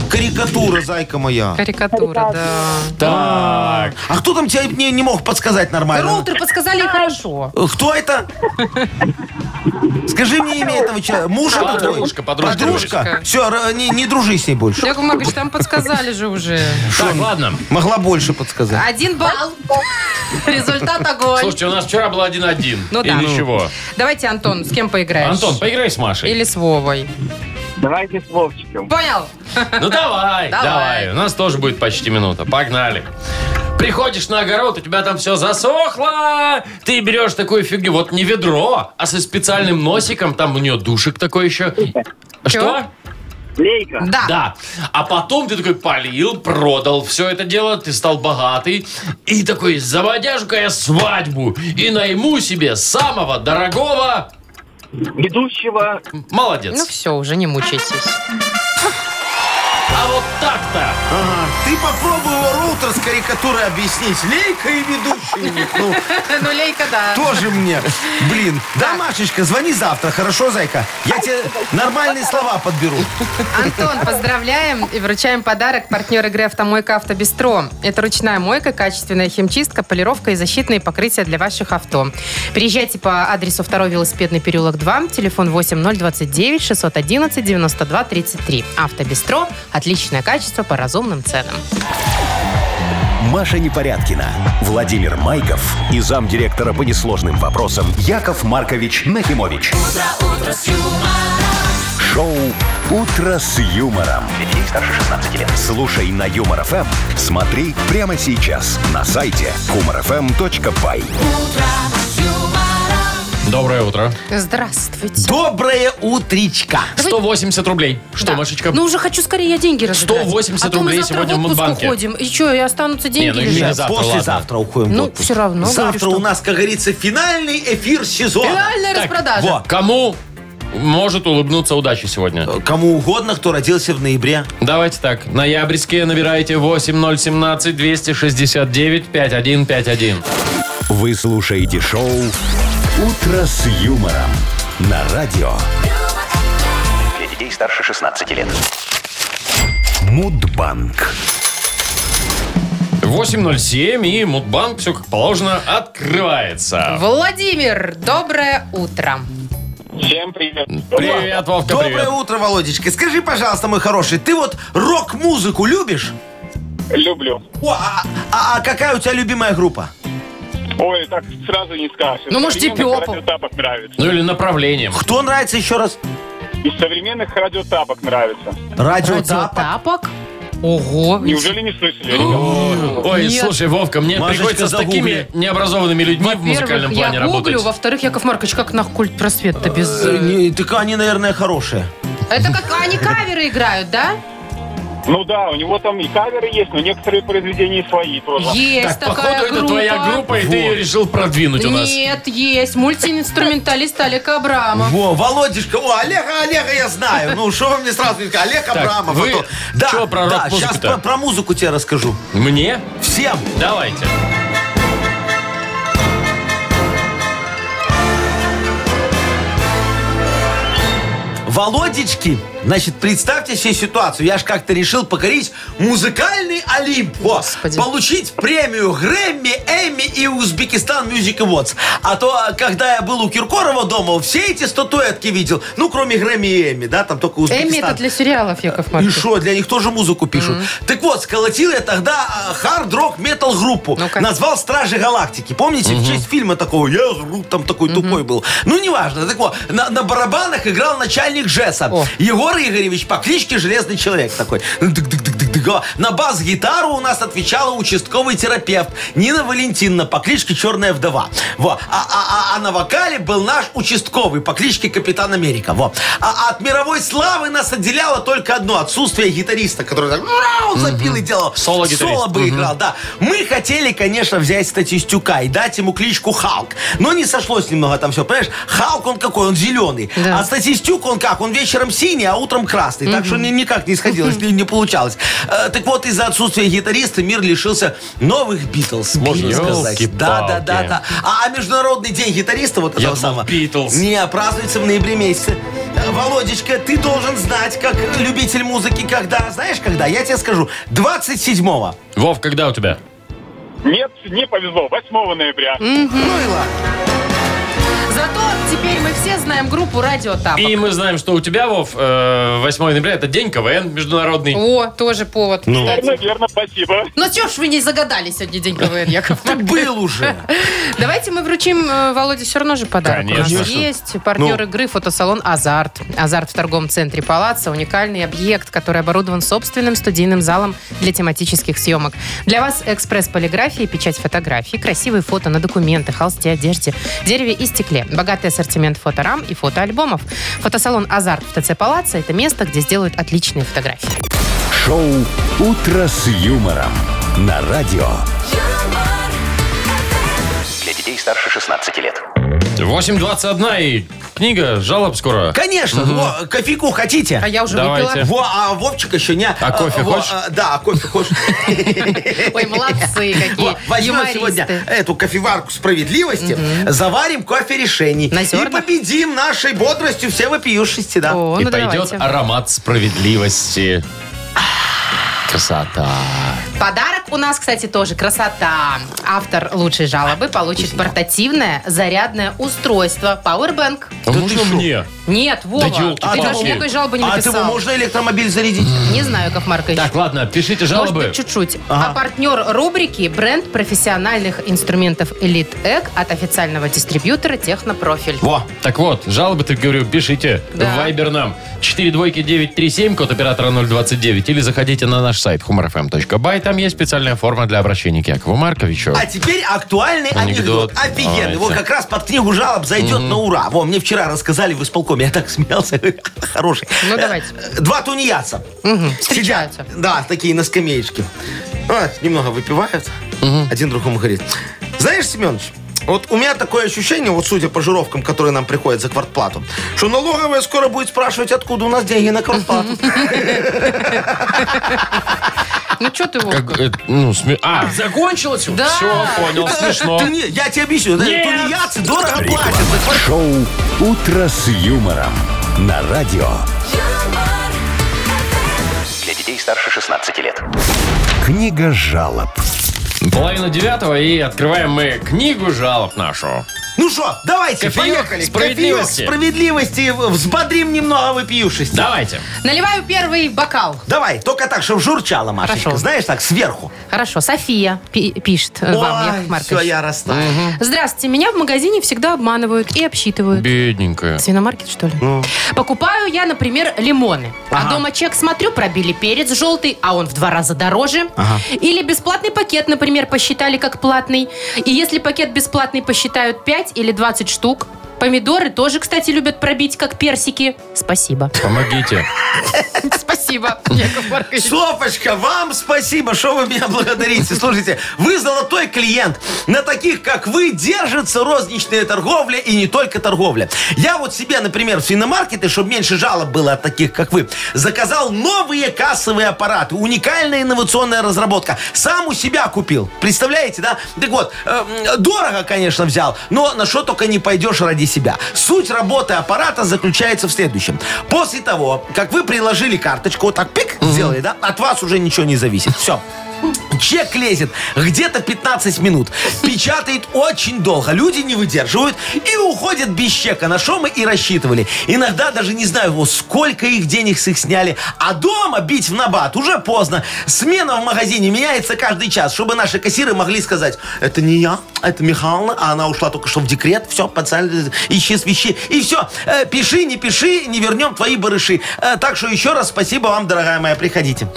Speaker 4: Карикатура, зайка моя.
Speaker 3: Карикатура, да.
Speaker 2: Так.
Speaker 4: А кто там тебе не, не мог подсказать нормально?
Speaker 3: Роутер подсказали и хорошо.
Speaker 4: Э, Кто это? Скажи мне имя этого человека. Муж это твой?
Speaker 2: Подружка, подружка.
Speaker 4: Подружка?
Speaker 3: Подружка.
Speaker 4: Все, не, не дружи с ней больше.
Speaker 3: Яков Маркович, там подсказали же уже.
Speaker 2: Так, ладно.
Speaker 4: Могла больше подсказать.
Speaker 3: Один балл. Результат огонь.
Speaker 2: Слушайте, у нас вчера был один-один.
Speaker 3: Ну да.
Speaker 2: Или чего?
Speaker 3: Давайте, Антон, с кем поиграешь?
Speaker 2: Антон, поиграй с Машей.
Speaker 3: Или с Вовой.
Speaker 8: Давайте с Вовчиком.
Speaker 3: Понял?
Speaker 2: Ну давай, давай.
Speaker 3: Давай.
Speaker 2: У нас тоже будет почти минута. Погнали. Приходишь на огород, у тебя там все засохло. Ты берешь такую фигню, вот не ведро, а со специальным носиком, там у нее душик такой еще. Что?
Speaker 3: Чё?
Speaker 8: Лейка.
Speaker 3: Да.
Speaker 2: Да. А потом ты такой полил, продал все это дело, ты стал богатый. И такой, заводяжу-ка я свадьбу и найму себе самого дорогого.
Speaker 8: Ведущего.
Speaker 2: Молодец.
Speaker 3: Ну все, уже не мучайтесь.
Speaker 2: А вот так-то.
Speaker 4: Ага. Ты попробуй его роутер с карикатурой объяснить. Лейка и ведущий у них. Ну,
Speaker 3: Ну, Лейка, да.
Speaker 4: Тоже мне. Блин. Да, Машечка, звони завтра, хорошо, зайка? Я тебе нормальные слова подберу.
Speaker 3: Антон, поздравляем и вручаем подарок партнер игры «Автомойка Автобестро». Это ручная мойка, качественная химчистка, полировка и защитные покрытия для ваших авто. Приезжайте по адресу 2 велосипедный переулок 2, телефон 8029 611 92 33. «Автобестро» – отличное качество по разумным ценам.
Speaker 1: Маша Непорядкина, Владимир Майков и замдиректора по несложным вопросам Яков Маркович Нахимович. Шоу Утро с юмором.
Speaker 6: Детей старше 16 лет.
Speaker 1: Слушай на Юмор ФМ, смотри прямо сейчас на сайте humorfm.by.
Speaker 2: Доброе утро.
Speaker 3: Здравствуйте.
Speaker 4: Доброе утречка.
Speaker 2: 180 рублей. Что,
Speaker 3: Да.
Speaker 2: Машечка?
Speaker 3: Ну, уже хочу скорее я деньги разыграть.
Speaker 2: 180
Speaker 3: а то мы
Speaker 2: рублей
Speaker 3: завтра
Speaker 2: сегодня в
Speaker 3: в отпуск
Speaker 2: Мудбанке.
Speaker 3: уходим. И что, и останутся деньги
Speaker 2: ну, или
Speaker 3: лежать?
Speaker 2: не завтра,
Speaker 4: Послезавтра уходим. в
Speaker 3: Ну,
Speaker 4: отпуск.
Speaker 3: всё равно, говорю,
Speaker 4: Завтра
Speaker 3: что-
Speaker 4: у нас, как говорится, финальный эфир сезона.
Speaker 3: Реальная
Speaker 2: Так,
Speaker 3: распродажа.
Speaker 4: во.
Speaker 2: А Кому может улыбнуться удача сегодня?
Speaker 4: Э, Кому угодно, кто родился в ноябре.
Speaker 2: Давайте так. Ноябрьские набирайте 8017-269-5151.
Speaker 1: Вы слушаете шоу Утро с юмором на радио
Speaker 6: Для детей старше 16 лет.
Speaker 1: Мудбанк.
Speaker 2: 8.07 и Мудбанк, все как положено, открывается.
Speaker 3: Владимир, доброе утро.
Speaker 8: Всем привет.
Speaker 2: Привет, Вовка,
Speaker 4: Доброе
Speaker 2: привет.
Speaker 4: утро, Володечка. Скажи, пожалуйста, мой хороший, ты вот рок-музыку любишь?
Speaker 8: Люблю.
Speaker 4: О, а, а- а какая у тебя любимая группа?
Speaker 8: Ой, так сразу не скажешь.
Speaker 3: Ну, может, и пёпу.
Speaker 8: Радиотапок нравится.
Speaker 2: Ну или направлением.
Speaker 4: Кто нравится еще раз?
Speaker 8: Из современных радиотапок нравится.
Speaker 4: Радио Тапа.
Speaker 3: Радиотапок? Ого.
Speaker 8: Неужели не слышали?
Speaker 2: Ой,
Speaker 3: Нет.
Speaker 2: слушай, Вовка, мне
Speaker 4: Машечка,
Speaker 2: приходится с такими
Speaker 4: загугли.
Speaker 2: необразованными людьми в музыкальном
Speaker 3: Во-первых, я
Speaker 2: плане
Speaker 3: гуглю,
Speaker 2: работать.
Speaker 3: во-вторых, Яков Маркович, как на культ просвет-то без...
Speaker 4: Э, не, Так они, наверное, хорошие.
Speaker 3: Это как а они каверы играют, да?
Speaker 8: Ну да, у него там и каверы есть, но некоторые произведения и свои тоже.
Speaker 3: Есть
Speaker 2: Так,
Speaker 3: такая
Speaker 2: походу,
Speaker 3: группа.
Speaker 2: это твоя группа, и ты ее решил продвинуть у нас.
Speaker 3: Нет, есть. Мультиинструменталист Олег Абрамов.
Speaker 4: Во, Володишка, о, Олега, Олега я знаю. Ну, что вы мне сразу не сказали? Олег Абрамов.
Speaker 2: вы
Speaker 4: а то-
Speaker 2: чё про
Speaker 4: да,
Speaker 2: рок-музыку-то?
Speaker 4: сейчас про, про музыку тебе расскажу.
Speaker 2: Мне?
Speaker 4: Всем.
Speaker 2: Давайте.
Speaker 4: Володечки, значит, представьте себе ситуацию. Я же как-то решил покорить музыкальный Олимп. Во, получить премию Грэмми, Эмми и Узбекистан Music Awards. А то, а, когда я был у Киркорова дома, все эти статуэтки видел. Ну, кроме Грэмми и Эмми, да, там только Узбекистан.
Speaker 3: Эмми это Э, для сериалов, Яков
Speaker 4: И
Speaker 3: Маркович.
Speaker 4: шо, для них тоже музыку пишут. Так вот, сколотил я тогда э, хард-рок метал группу.
Speaker 3: Ну-ка.
Speaker 4: Назвал Стражи Галактики. Помните, в честь фильма такого, я групп там такой тупой был. Ну, неважно. Так вот, на, на барабанах играл начальник Джесса.
Speaker 3: О.
Speaker 4: Егор Игоревич по кличке Железный Человек такой. Ну, Дык-дык-дык-дык-дык. Дга- На бас-гитару у нас отвечала участковый терапевт Нина Валентиновна по кличке Черная вдова. Во. А, а- а- а на вокале был наш участковый по кличке Капитан Америка. Во. А от мировой славы нас отделяло только одно отсутствие гитариста, который так «Рау!» запил и делал.
Speaker 2: Соло-гитарист.
Speaker 4: Соло бы играл, да. Мы хотели, конечно, взять статистюка и дать ему кличку Халк. Но не сошлось немного там все, понимаешь? Халк, он какой? Он зеленый.
Speaker 3: Да.
Speaker 4: А статистюк, он как? Он вечером синий, а утром красный. Так что ни- никак не сходилось, не, не получалось. Э, так вот, из-за отсутствия гитариста мир лишился новых Битлз.
Speaker 2: Можно сказать.
Speaker 4: Да, да, да, да. А, а Международный день гитариста вот
Speaker 2: Я
Speaker 4: этого
Speaker 2: думал,
Speaker 4: самого.
Speaker 2: Битлз.
Speaker 4: Не, празднуется в ноябре месяце. Э, Володечка, ты должен знать, как любитель музыки, когда, знаешь, когда? Я тебе скажу, 27-го.
Speaker 2: Вов, когда у тебя?
Speaker 8: Нет, не повезло. 8 ноября.
Speaker 3: Зато теперь мы все знаем группу Радио Тапок.
Speaker 2: И мы знаем, что у тебя, Вов, э, 8 ноября это день КВН международный.
Speaker 3: О, тоже повод.
Speaker 4: Ну.
Speaker 3: кстати.
Speaker 8: Наверное, спасибо.
Speaker 3: Ну чё ж вы не загадали сегодня день КВН, Яков
Speaker 4: Так
Speaker 3: Маркович?
Speaker 4: был уже.
Speaker 3: Давайте мы вручим э, Володе все равно же подарок. У нас
Speaker 2: Конечно. Ну.
Speaker 3: есть партнер игры фотосалон «Азарт». «Азарт» в торговом центре «Палаца» – уникальный объект, который оборудован собственным студийным залом для тематических съемок. Для вас экспресс полиграфии, печать фотографий, красивые фото на документы, холсте, одежде, дереве и стекле, богатый ассортимент фоторам и фотоальбомов. Фотосалон «Азарт» в ТЦ «Палаца» – это место, где сделают отличные фотографии.
Speaker 1: Шоу «Утро с юмором» на радио.
Speaker 9: юмор,
Speaker 6: Для детей старше 16 лет.
Speaker 2: 8.21 и книга жалоб скоро.
Speaker 4: (laughs) Конечно, во, кофейку хотите?
Speaker 3: А я уже
Speaker 2: Давайте.
Speaker 3: выпила.
Speaker 4: Во, а Вовчик еще не...
Speaker 2: А кофе
Speaker 4: во,
Speaker 2: хочешь?
Speaker 4: а, Да, а кофе хочешь?
Speaker 3: (laughs) Ой, молодцы
Speaker 4: Во,
Speaker 3: какие.
Speaker 4: Возьмем сегодня
Speaker 3: Юмористы.
Speaker 4: эту кофеварку справедливости, заварим кофе решений
Speaker 3: На
Speaker 4: и
Speaker 3: зернах?
Speaker 4: победим нашей бодростью все вопиющести, да.
Speaker 3: О,
Speaker 2: и
Speaker 3: ну
Speaker 2: пойдет
Speaker 3: давайте.
Speaker 2: аромат справедливости. Красота.
Speaker 3: Подарок у нас, кстати, тоже красота. Автор лучшей жалобы получит портативное зарядное устройство Powerbank.
Speaker 2: Да нужно А мне.
Speaker 3: Нет,
Speaker 2: Да
Speaker 3: Вова,
Speaker 2: ёлки-палки.
Speaker 3: ты даже никакой жалобы не
Speaker 4: А ты
Speaker 3: написал.
Speaker 4: его можно электромобиль зарядить?
Speaker 3: Не знаю, как Маркович.
Speaker 2: Так, ладно, пишите
Speaker 3: Может
Speaker 2: жалобы.
Speaker 3: быть, чуть-чуть. А партнер рубрики – бренд профессиональных инструментов Elite Egg от официального дистрибьютора Технопрофиль.
Speaker 2: Во. Так вот, жалобы, ты говорю, пишите
Speaker 3: Да.
Speaker 2: в Viber нам. 42937, код оператора 029. Или заходите на наш сайт humorfm.by. Там есть специальная форма для обращения к Якову Марковичу.
Speaker 4: А теперь актуальный
Speaker 2: Анекдот.
Speaker 4: анекдот. Офигенный.
Speaker 2: Давайте.
Speaker 4: Вот как раз под книгу жалоб зайдет на ура. Во, мне вчера рассказали в исполкоме. (laughs) Я так смеялся. Хороший.
Speaker 3: Ну, давайте.
Speaker 4: Э, Два тунеядца.
Speaker 3: Встречаются.
Speaker 4: Сидят, да, такие на скамеечке. Вот, немного выпивают. Один другому говорит. Знаешь, Семенович, вот у меня такое ощущение, вот судя по жировкам, которые нам приходят за квартплату, что налоговая скоро будет спрашивать, откуда у нас деньги на квартплату.
Speaker 3: Ну, что ты, Вовка?
Speaker 2: Как, э, ну, сме- А, закончилось?
Speaker 3: Да.
Speaker 2: Все, понял, (laughs) смешно.
Speaker 4: Ты не- Я тебе объясню, да,
Speaker 2: Нет.
Speaker 4: тунеядцы дорого платят.
Speaker 1: Шоу «Утро с юмором» на радио.
Speaker 9: юмор,
Speaker 6: Для детей старше 16 лет.
Speaker 1: Книга жалоб.
Speaker 2: Половина девятого, и открываем мы книгу жалоб нашу.
Speaker 4: Ну что, давайте,
Speaker 2: Кофеек
Speaker 4: поехали.
Speaker 2: справедливости.
Speaker 4: Кофеек справедливости. Взбодрим немного выпившести.
Speaker 2: Давайте.
Speaker 3: Наливаю первый бокал.
Speaker 4: Давай, только так, чтобы журчало, Машечка.
Speaker 3: Хорошо.
Speaker 4: Знаешь, так, сверху.
Speaker 3: Хорошо, София пи- пишет э, вам, Яков
Speaker 4: Ой,
Speaker 3: Маркович.
Speaker 4: все, я растаю.
Speaker 3: Здравствуйте, меня в магазине всегда обманывают и обсчитывают.
Speaker 2: Бедненькая.
Speaker 3: Свиномаркет, что ли?
Speaker 2: Ну.
Speaker 3: Покупаю я, например, лимоны. А дома чек смотрю, пробили перец желтый, а он в два раза дороже. Или бесплатный пакет, например, посчитали как платный. И если пакет бесплатный посчитают 5 или 20 штук, помидоры тоже, кстати, любят пробить как персики. Спасибо.
Speaker 2: Помогите.
Speaker 3: (laughs) Спасибо, Яков Маркович.
Speaker 4: Софочка, вам спасибо, что вы меня благодарите. Слушайте, вы золотой клиент. На таких, как вы, держится розничная торговля и не только торговля. Я вот себе, например, в свиномаркеты, чтобы меньше жалоб было от таких, как вы, заказал новые кассовые аппараты. Уникальная инновационная разработка. Сам у себя купил. Представляете, да? Так вот, э, дорого, конечно, взял, но на что только не пойдешь ради себя. Суть работы аппарата заключается в следующем. После того, как вы приложили карточку, вот так пик сделали, да, от вас уже ничего не зависит. Все. Чек лезет где-то 15 минут, печатает очень долго, люди не выдерживают и уходят без чека, на что мы и рассчитывали. Иногда даже не знаю, вот сколько их денег с их сняли, а дома бить в набат уже поздно. Смена в магазине меняется каждый час, чтобы наши кассиры могли сказать, это не я, это Михайловна, а она ушла только что в декрет, все, пацан, ищи свищи, и все, Э, пиши, не пиши, не вернем твои барыши. Э, Так что еще раз спасибо вам, дорогая моя, приходите.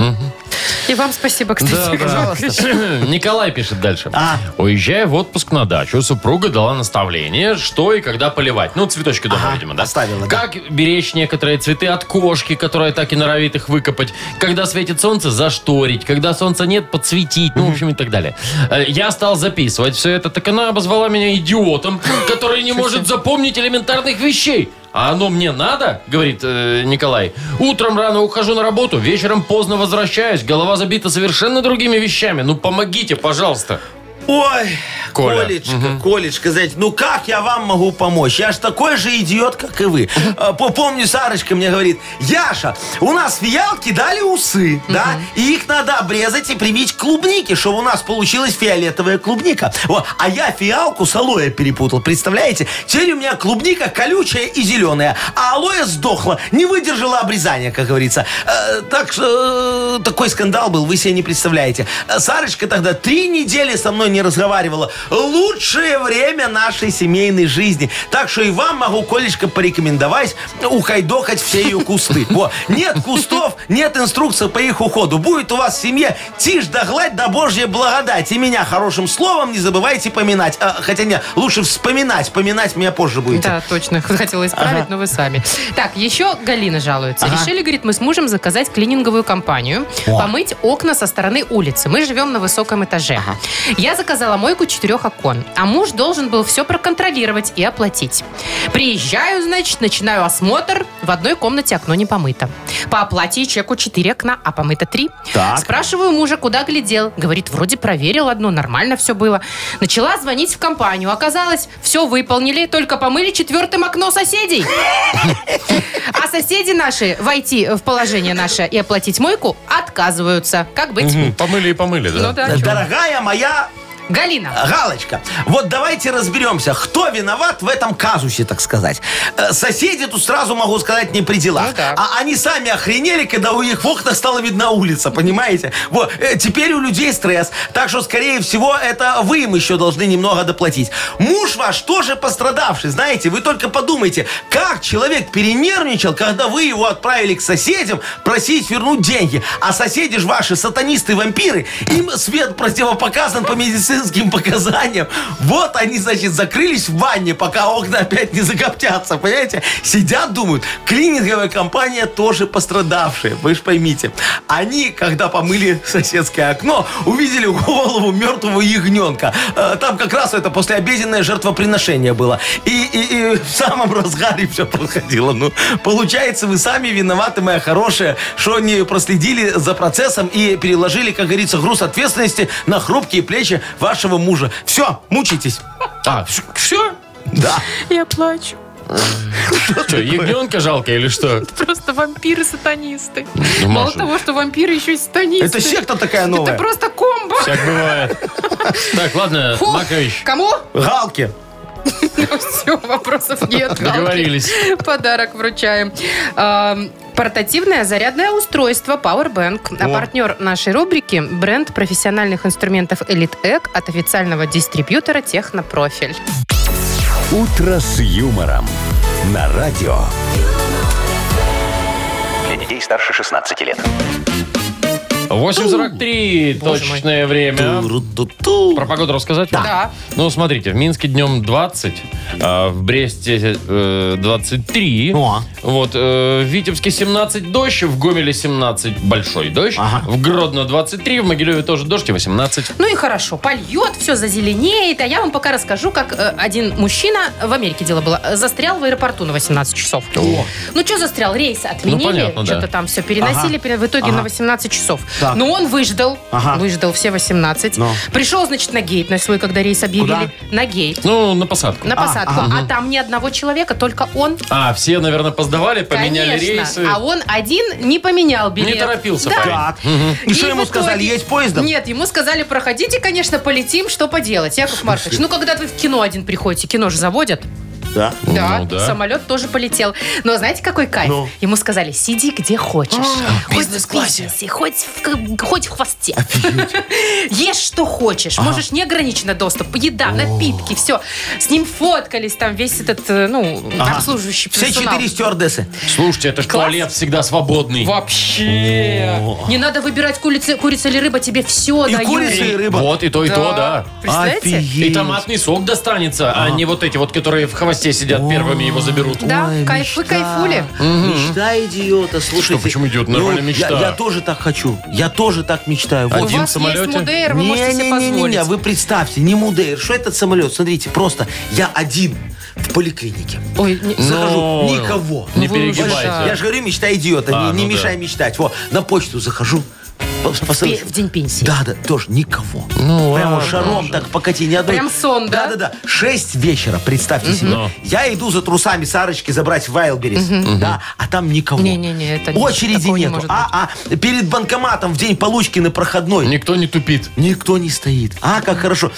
Speaker 3: И вам спасибо,
Speaker 2: Да,
Speaker 3: кстати.
Speaker 2: да. (laughs) Николай пишет дальше.
Speaker 4: А.
Speaker 2: Уезжая в отпуск на дачу, супруга дала наставление, что и когда поливать. Ну, цветочки дома, видимо, да?
Speaker 4: оставила, да.
Speaker 2: Как беречь некоторые цветы от кошки, которая так и норовит их выкопать. Когда светит солнце, зашторить. Когда солнца нет, подсветить. Ну, в общем, и так далее. Э, Я стал записывать все это, так она обозвала меня идиотом, который не может запомнить элементарных вещей. А оно мне надо, говорит э, Николай. Утром рано ухожу на работу, вечером поздно возвращаюсь, голова забита совершенно другими вещами. Ну помогите, пожалуйста.
Speaker 4: Ой,
Speaker 2: Коля.
Speaker 4: Колечка, Колечка, знаете, ну как я вам могу помочь? Я ж такой же идиот, как и вы. Э, по- Помню, Сарочка мне говорит, Яша, у нас фиалки дали усы, да, и их надо обрезать и примить к клубнике, чтобы у нас получилась фиолетовая клубника. Вот. А я фиалку с алоэ перепутал, представляете? Теперь у меня клубника колючая и зеленая, а алоэ сдохла, не выдержала обрезания, как говорится. Э, так что э, такой скандал был, вы себе не представляете. Э, Сарочка тогда три недели со мной не разговаривала. Лучшее время нашей семейной жизни. Так что и вам могу, Колечка, порекомендовать ухайдохать все ее кусты. Во. Нет кустов, нет инструкции по их уходу. Будет у вас в семье тишь да гладь да божья благодать. И меня хорошим словом не забывайте поминать. А, хотя нет, лучше вспоминать. Поминать меня позже будете.
Speaker 3: Да, точно. (laughs) Хотела исправить, но вы сами. Так, еще Галина жалуется. Решили, говорит, мы с мужем заказать клининговую компанию, помыть окна со стороны улицы. Мы живем на высоком этаже. Я заказала мойку четырех окон, а муж должен был все проконтролировать и оплатить. Приезжаю, значит, начинаю осмотр. В одной комнате окно не помыто. По оплате и чеку 4 окна, а помыто 3.
Speaker 4: Так.
Speaker 3: Спрашиваю мужа, куда глядел. Говорит, вроде проверил одно, нормально все было. Начала звонить в компанию. Оказалось, все выполнили, только помыли четвертым окно соседей. А соседи наши войти в положение наше и оплатить мойку отказываются. Как быть?
Speaker 2: Помыли и помыли, да?
Speaker 3: Ну да.
Speaker 4: Дорогая моя
Speaker 3: Галина.
Speaker 4: Галочка, вот давайте разберемся, кто виноват в этом казусе, так сказать. Э, Соседи тут сразу могу сказать не при делах.
Speaker 3: Ну да.
Speaker 4: А они сами охренели, когда у них в окнах стала видна улица, понимаете? Вот, э, теперь у людей стресс. Так что, скорее всего, это вы им еще должны немного доплатить. Муж ваш тоже пострадавший, знаете, вы только подумайте, как человек перенервничал, когда вы его отправили к соседям просить вернуть деньги. А соседи же ваши сатанисты-вампиры, им свет противопоказан по медицинским (laughs) показаниям. Вот они, значит, закрылись в ванне, пока окна опять не закоптятся, понимаете? Сидят, думают, клининговая компания тоже пострадавшая, вы же поймите. Они, когда помыли соседское окно, увидели голову мертвого ягненка. Э, Там как раз это послеобеденное жертвоприношение было. И, и- и в самом разгаре все происходило. Ну, получается, вы сами виноваты, моя хорошая, что не проследили за процессом и переложили, как говорится, груз ответственности на хрупкие плечи вашего мужа. Все, мучитесь.
Speaker 2: (laughs) А, все?
Speaker 4: Да.
Speaker 7: Я плачу.
Speaker 2: Что, ягненка жалко или что?
Speaker 7: Просто вампиры-сатанисты.
Speaker 2: Ну,
Speaker 7: Мало
Speaker 2: Маша.
Speaker 7: того, что вампиры еще и сатанисты.
Speaker 4: Это секта такая новая.
Speaker 7: Это просто комбо.
Speaker 2: Всяк бывает. Так, ладно,
Speaker 3: Фу,
Speaker 2: Макович,
Speaker 3: Кому? (laughs)
Speaker 4: Галки.
Speaker 3: Ну все, вопросов нет. Галки.
Speaker 2: договорились.
Speaker 3: Подарок вручаем. Эм, Портативное зарядное устройство Powerbank. А
Speaker 2: О.
Speaker 3: партнер нашей рубрики – бренд профессиональных инструментов Elite Egg от официального дистрибьютора «Технопрофиль».
Speaker 1: «Утро с юмором» на радио.
Speaker 6: Для детей старше 16 лет.
Speaker 2: 8.43, точное время. Про погоду рассказать?
Speaker 3: Да.
Speaker 2: Ну, смотрите, в Минске днем 20, а в Бресте э, 23,
Speaker 4: О.
Speaker 2: вот, э, в Витебске 17 дождь, в Гомеле 17 большой дождь, в Гродно 23, в Могилеве тоже дождь и 18.
Speaker 3: Ну и хорошо, польет, все зазеленеет. А я вам пока расскажу, как э, один мужчина, в Америке дело было, э, застрял в аэропорту на 18 часов. Ну что застрял? Рейс отменили,
Speaker 2: понятно, да.
Speaker 3: что-то там все переносили, пере- в итоге на 18 часов.
Speaker 4: Так.
Speaker 3: Но он выждал,
Speaker 4: Ага.
Speaker 3: выждал все 18.
Speaker 4: Ну.
Speaker 3: Пришел, значит, на гейт на свой, когда рейс объявили.
Speaker 4: Куда?
Speaker 3: На гейт.
Speaker 2: Ну, на посадку.
Speaker 3: На посадку. А там ни одного человека, только он.
Speaker 2: А, все, наверное, поздавали, поменяли
Speaker 3: Конечно.
Speaker 2: рейсы.
Speaker 3: А он один не поменял билет.
Speaker 2: Не торопился
Speaker 3: Да.
Speaker 2: парень.
Speaker 4: Так. И Ну, что
Speaker 3: в
Speaker 4: ему сказали?
Speaker 3: итоге-
Speaker 4: Есть поездом?
Speaker 3: Нет, ему сказали, проходите, конечно, полетим, что поделать. Яков Маркович, ну когда вы в кино один приходите, кино же заводят.
Speaker 4: Да.
Speaker 3: Да,
Speaker 2: Ну да.
Speaker 3: самолет тоже полетел. Но знаете, какой кайф?
Speaker 4: Ну. А,
Speaker 3: Ему сказали, сиди где хочешь. Хоть в
Speaker 2: бизнес-классе.
Speaker 3: бизнесе, хоть в, к- хоть в хвосте. (laughs) Ешь, что хочешь. Можешь неограниченно доступ. Еда, напитки, все. С ним фоткались там весь этот, э, ну,
Speaker 4: Ага.
Speaker 3: обслуживающий
Speaker 4: Все
Speaker 3: персонал.
Speaker 4: четыре стюардессы.
Speaker 2: Слушайте, это ж
Speaker 3: Класс.
Speaker 2: туалет всегда свободный.
Speaker 3: Вообще. Не надо выбирать курица, курица или рыба, тебе все
Speaker 4: И
Speaker 3: дают.
Speaker 4: курица, и рыба.
Speaker 2: Вот, и то, и то, да.
Speaker 3: Представляете?
Speaker 2: И томатный сок достанется, а не вот эти вот, которые в хвосте сидят, первыми его заберут.
Speaker 3: Да, кайф, вы кайфули.
Speaker 4: Мечта идиота, слушайте.
Speaker 2: почему идиот?
Speaker 4: Ну,
Speaker 2: Нормальная
Speaker 4: я-
Speaker 2: мечта.
Speaker 4: Я, тоже так хочу. Я тоже так мечтаю.
Speaker 3: У
Speaker 2: Один
Speaker 3: вас
Speaker 2: в самолете?
Speaker 3: есть Мудейр, вы можете себе позволить.
Speaker 4: Не-не-не, вы представьте, не Мудейр. Что этот самолет? Смотрите, просто я один в поликлинике.
Speaker 3: Ой, не-
Speaker 4: Захожу,
Speaker 2: Ну,
Speaker 4: никого.
Speaker 2: Не
Speaker 3: Ну, вы уже,
Speaker 2: перегибайте.
Speaker 3: да.
Speaker 4: Я же говорю, мечта идиота,
Speaker 2: А,
Speaker 4: не, не
Speaker 2: ну да.
Speaker 4: мешай мечтать. Во, на почту захожу, по- посмотрю.
Speaker 3: пе- в день пенсии.
Speaker 4: Да, да, тоже никого.
Speaker 2: Ну,
Speaker 4: Прямо шаром так покати, ни одной.
Speaker 3: Прям сон, да?
Speaker 4: Да, да, да. Шесть вечера, представьте себе.
Speaker 2: Ну.
Speaker 4: Я иду за трусами Сарочки забрать в Вайлберис, да, а там никого.
Speaker 3: Не-не-не, это не-
Speaker 4: Очереди
Speaker 3: такого не
Speaker 4: нету.
Speaker 3: может
Speaker 4: а, а, перед банкоматом в день получки на проходной
Speaker 2: Никто не тупит.
Speaker 4: никто не стоит. А, как хорошо.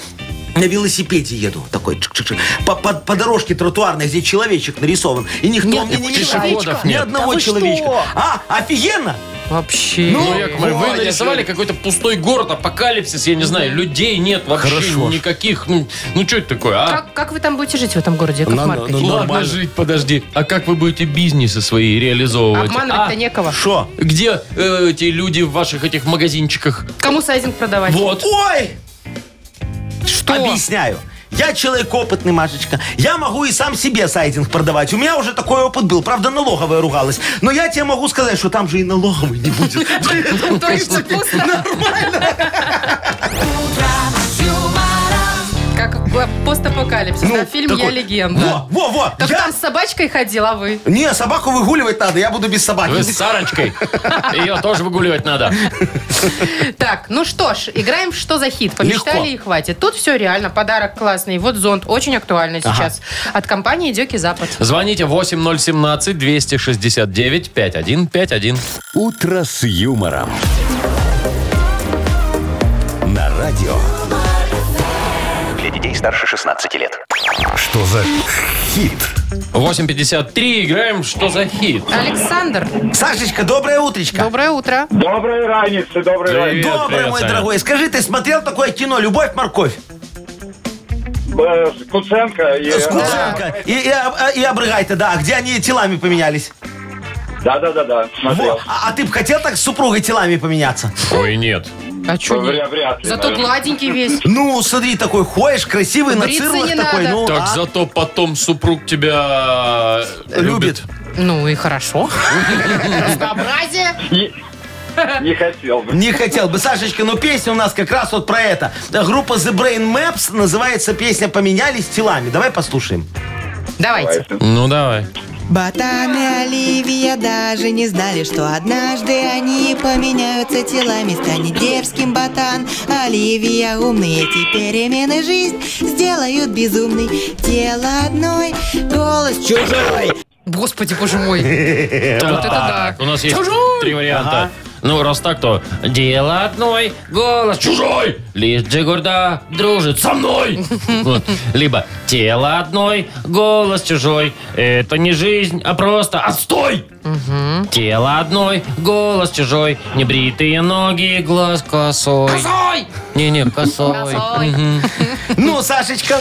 Speaker 4: На велосипеде еду, такой чик-чик-чик. По, по- по дорожке тротуарной, где человечек нарисован. И никто
Speaker 3: Нет,
Speaker 4: мне не
Speaker 2: пешеходов
Speaker 4: мешает. Ни
Speaker 2: нет.
Speaker 4: одного
Speaker 3: Да вы
Speaker 4: человечка.
Speaker 3: что?
Speaker 4: А, офигенно!
Speaker 3: Вообще.
Speaker 2: Ну, Яков Маркович, вы
Speaker 4: вот,
Speaker 2: нарисовали какой-то пустой город, апокалипсис, я не знаю, людей нет вообще
Speaker 4: Хорошо.
Speaker 2: никаких. Ну, ну что это такое, а?
Speaker 3: Как, как вы там будете жить в этом городе, Яков
Speaker 5: Надо-
Speaker 3: Маркович? Ну,
Speaker 5: надо-
Speaker 2: Ладно
Speaker 5: Нормально.
Speaker 2: жить, подожди. А как вы будете бизнесы свои реализовывать?
Speaker 3: Обманывать-то
Speaker 2: А?
Speaker 3: некого.
Speaker 4: Что?
Speaker 2: Где э, эти люди в ваших этих магазинчиках?
Speaker 3: Кому сайзинг продавать?
Speaker 2: Вот.
Speaker 4: Ой!
Speaker 3: Что?
Speaker 4: Объясняю. Я человек опытный, Машечка. Я могу и сам себе сайдинг продавать. У меня уже такой опыт был. Правда, налоговая ругалась. Но я тебе могу сказать, что там же и налоговый не
Speaker 3: (laughs)
Speaker 4: будет. Поэтому,
Speaker 3: (laughs)
Speaker 4: в
Speaker 3: То есть (laughs)
Speaker 4: принципе,
Speaker 3: пусто? Как э, постапокалипсис,
Speaker 4: ну,
Speaker 3: да? Фильм
Speaker 4: такой-
Speaker 3: «Я легенда».
Speaker 4: Во, во, во.
Speaker 3: Так
Speaker 4: Я-
Speaker 3: там с собачкой ходила, а вы?
Speaker 4: Не, собаку выгуливать надо, я буду без собаки.
Speaker 2: Вы с Сарочкой. Ее тоже выгуливать надо.
Speaker 3: Так, ну что ж, играем в «Что за хит?» Помечтали
Speaker 4: Легко.
Speaker 3: и хватит. Тут все реально, подарок классный. Вот зонт, очень актуальный сейчас. От компании «Дёки Запад».
Speaker 2: Звоните 8017-269-5151.
Speaker 1: «Утро с юмором». На радио.
Speaker 6: Для детей старше 16 лет.
Speaker 1: Что за хит?
Speaker 2: 8.53. Играем «Что за хит?»
Speaker 3: Александр,
Speaker 4: Сашечка, доброе утречко.
Speaker 3: доброе утро.
Speaker 8: Доброй раницы, доброй
Speaker 2: Привет.
Speaker 8: раницы.
Speaker 4: Доброе, мой
Speaker 2: Саня.
Speaker 4: дорогой. Скажи, ты смотрел такое кино «Любовь, морковь»?
Speaker 8: Э, Куценко и...
Speaker 4: С Куценко. И, и, Об- и Обрыгай-то, да. А Где они телами поменялись?
Speaker 8: Да-да-да-да, смотрел.
Speaker 4: Во. А, а ты бы хотел так с супругой телами поменяться?
Speaker 2: Ой, нет.
Speaker 3: А чё
Speaker 8: Вря-
Speaker 3: нет?
Speaker 8: Вряд ли,
Speaker 3: Зато
Speaker 8: наверное.
Speaker 3: гладенький весь.
Speaker 4: Ну, смотри, такой ходишь, красивый, на
Speaker 3: Бриться
Speaker 4: цирлах
Speaker 3: не
Speaker 4: такой.
Speaker 3: надо.
Speaker 4: Ну,
Speaker 2: Так
Speaker 4: а?
Speaker 2: зато потом супруг тебя любит.
Speaker 4: Любит.
Speaker 3: Ну и хорошо. Разнообразие.
Speaker 8: Не, не хотел бы.
Speaker 4: Не хотел бы. Сашечка, но песня у нас как раз вот про это. Э, Группа The Brain Maps называется песня «Поменялись телами». Давай послушаем.
Speaker 3: Давайте.
Speaker 2: Ну, давай.
Speaker 10: Ботан и Оливия даже не знали, что однажды они поменяются телами. Станет дерзким ботан, Оливия умный. Эти перемены жизнь сделают безумный. Тело одной, голос чужой.
Speaker 3: Господи, боже мой.
Speaker 2: Так,
Speaker 3: это да.
Speaker 2: У нас есть
Speaker 3: Чужой!
Speaker 2: три варианта. Ну, раз так, то дело одной, голос чужой, лишь Джигурда дружит со
Speaker 3: (laughs)
Speaker 2: мной. Вот. Либо тело одной, голос чужой, это не жизнь, а просто отстой. Тело одной, голос чужой, небритые ноги, глаз косой. Косой! Не-не, косой.
Speaker 3: Косой.
Speaker 2: Мгм.
Speaker 4: Ну, Сашечка,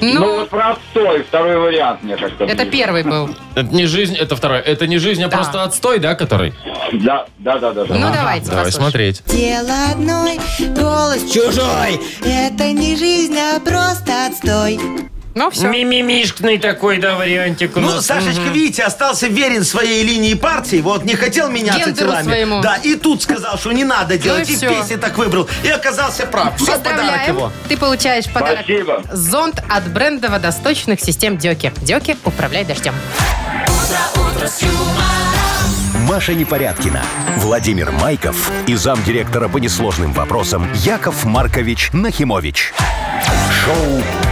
Speaker 8: Ну,
Speaker 3: Ну,
Speaker 8: вот простой, второй вариант мне как-то.
Speaker 3: это
Speaker 8: ближе.
Speaker 3: первый был.
Speaker 2: Это не жизнь, это второе. Это не жизнь, а
Speaker 3: Да.
Speaker 2: просто отстой, да, который?
Speaker 8: Да, да, да, да. да.
Speaker 3: Ну, давайте
Speaker 2: Давай
Speaker 3: послушаем.
Speaker 2: смотреть.
Speaker 10: Тело одной, голос чужой. Это не жизнь, а просто отстой.
Speaker 3: Ну, все.
Speaker 2: Мимимишкный такой, да, вариантик у
Speaker 4: Ну,
Speaker 2: нас.
Speaker 4: Сашечка, видите, остался верен своей линии партии, вот, не хотел меняться
Speaker 3: Гендеру
Speaker 4: телами.
Speaker 3: своему. Ну
Speaker 4: Да, и тут сказал, что не надо делать, и, в
Speaker 3: всё.
Speaker 4: песне так выбрал. И оказался прав. Все, подарок
Speaker 3: Поздравляем.
Speaker 4: его.
Speaker 3: Ты получаешь подарок.
Speaker 8: Спасибо.
Speaker 3: Зонт от бренда водосточных систем Дёки. Дёки, управляй дождем.
Speaker 1: Маша Непорядкина, Владимир Майков и замдиректора по несложным вопросам Яков Маркович Нахимович. Шоу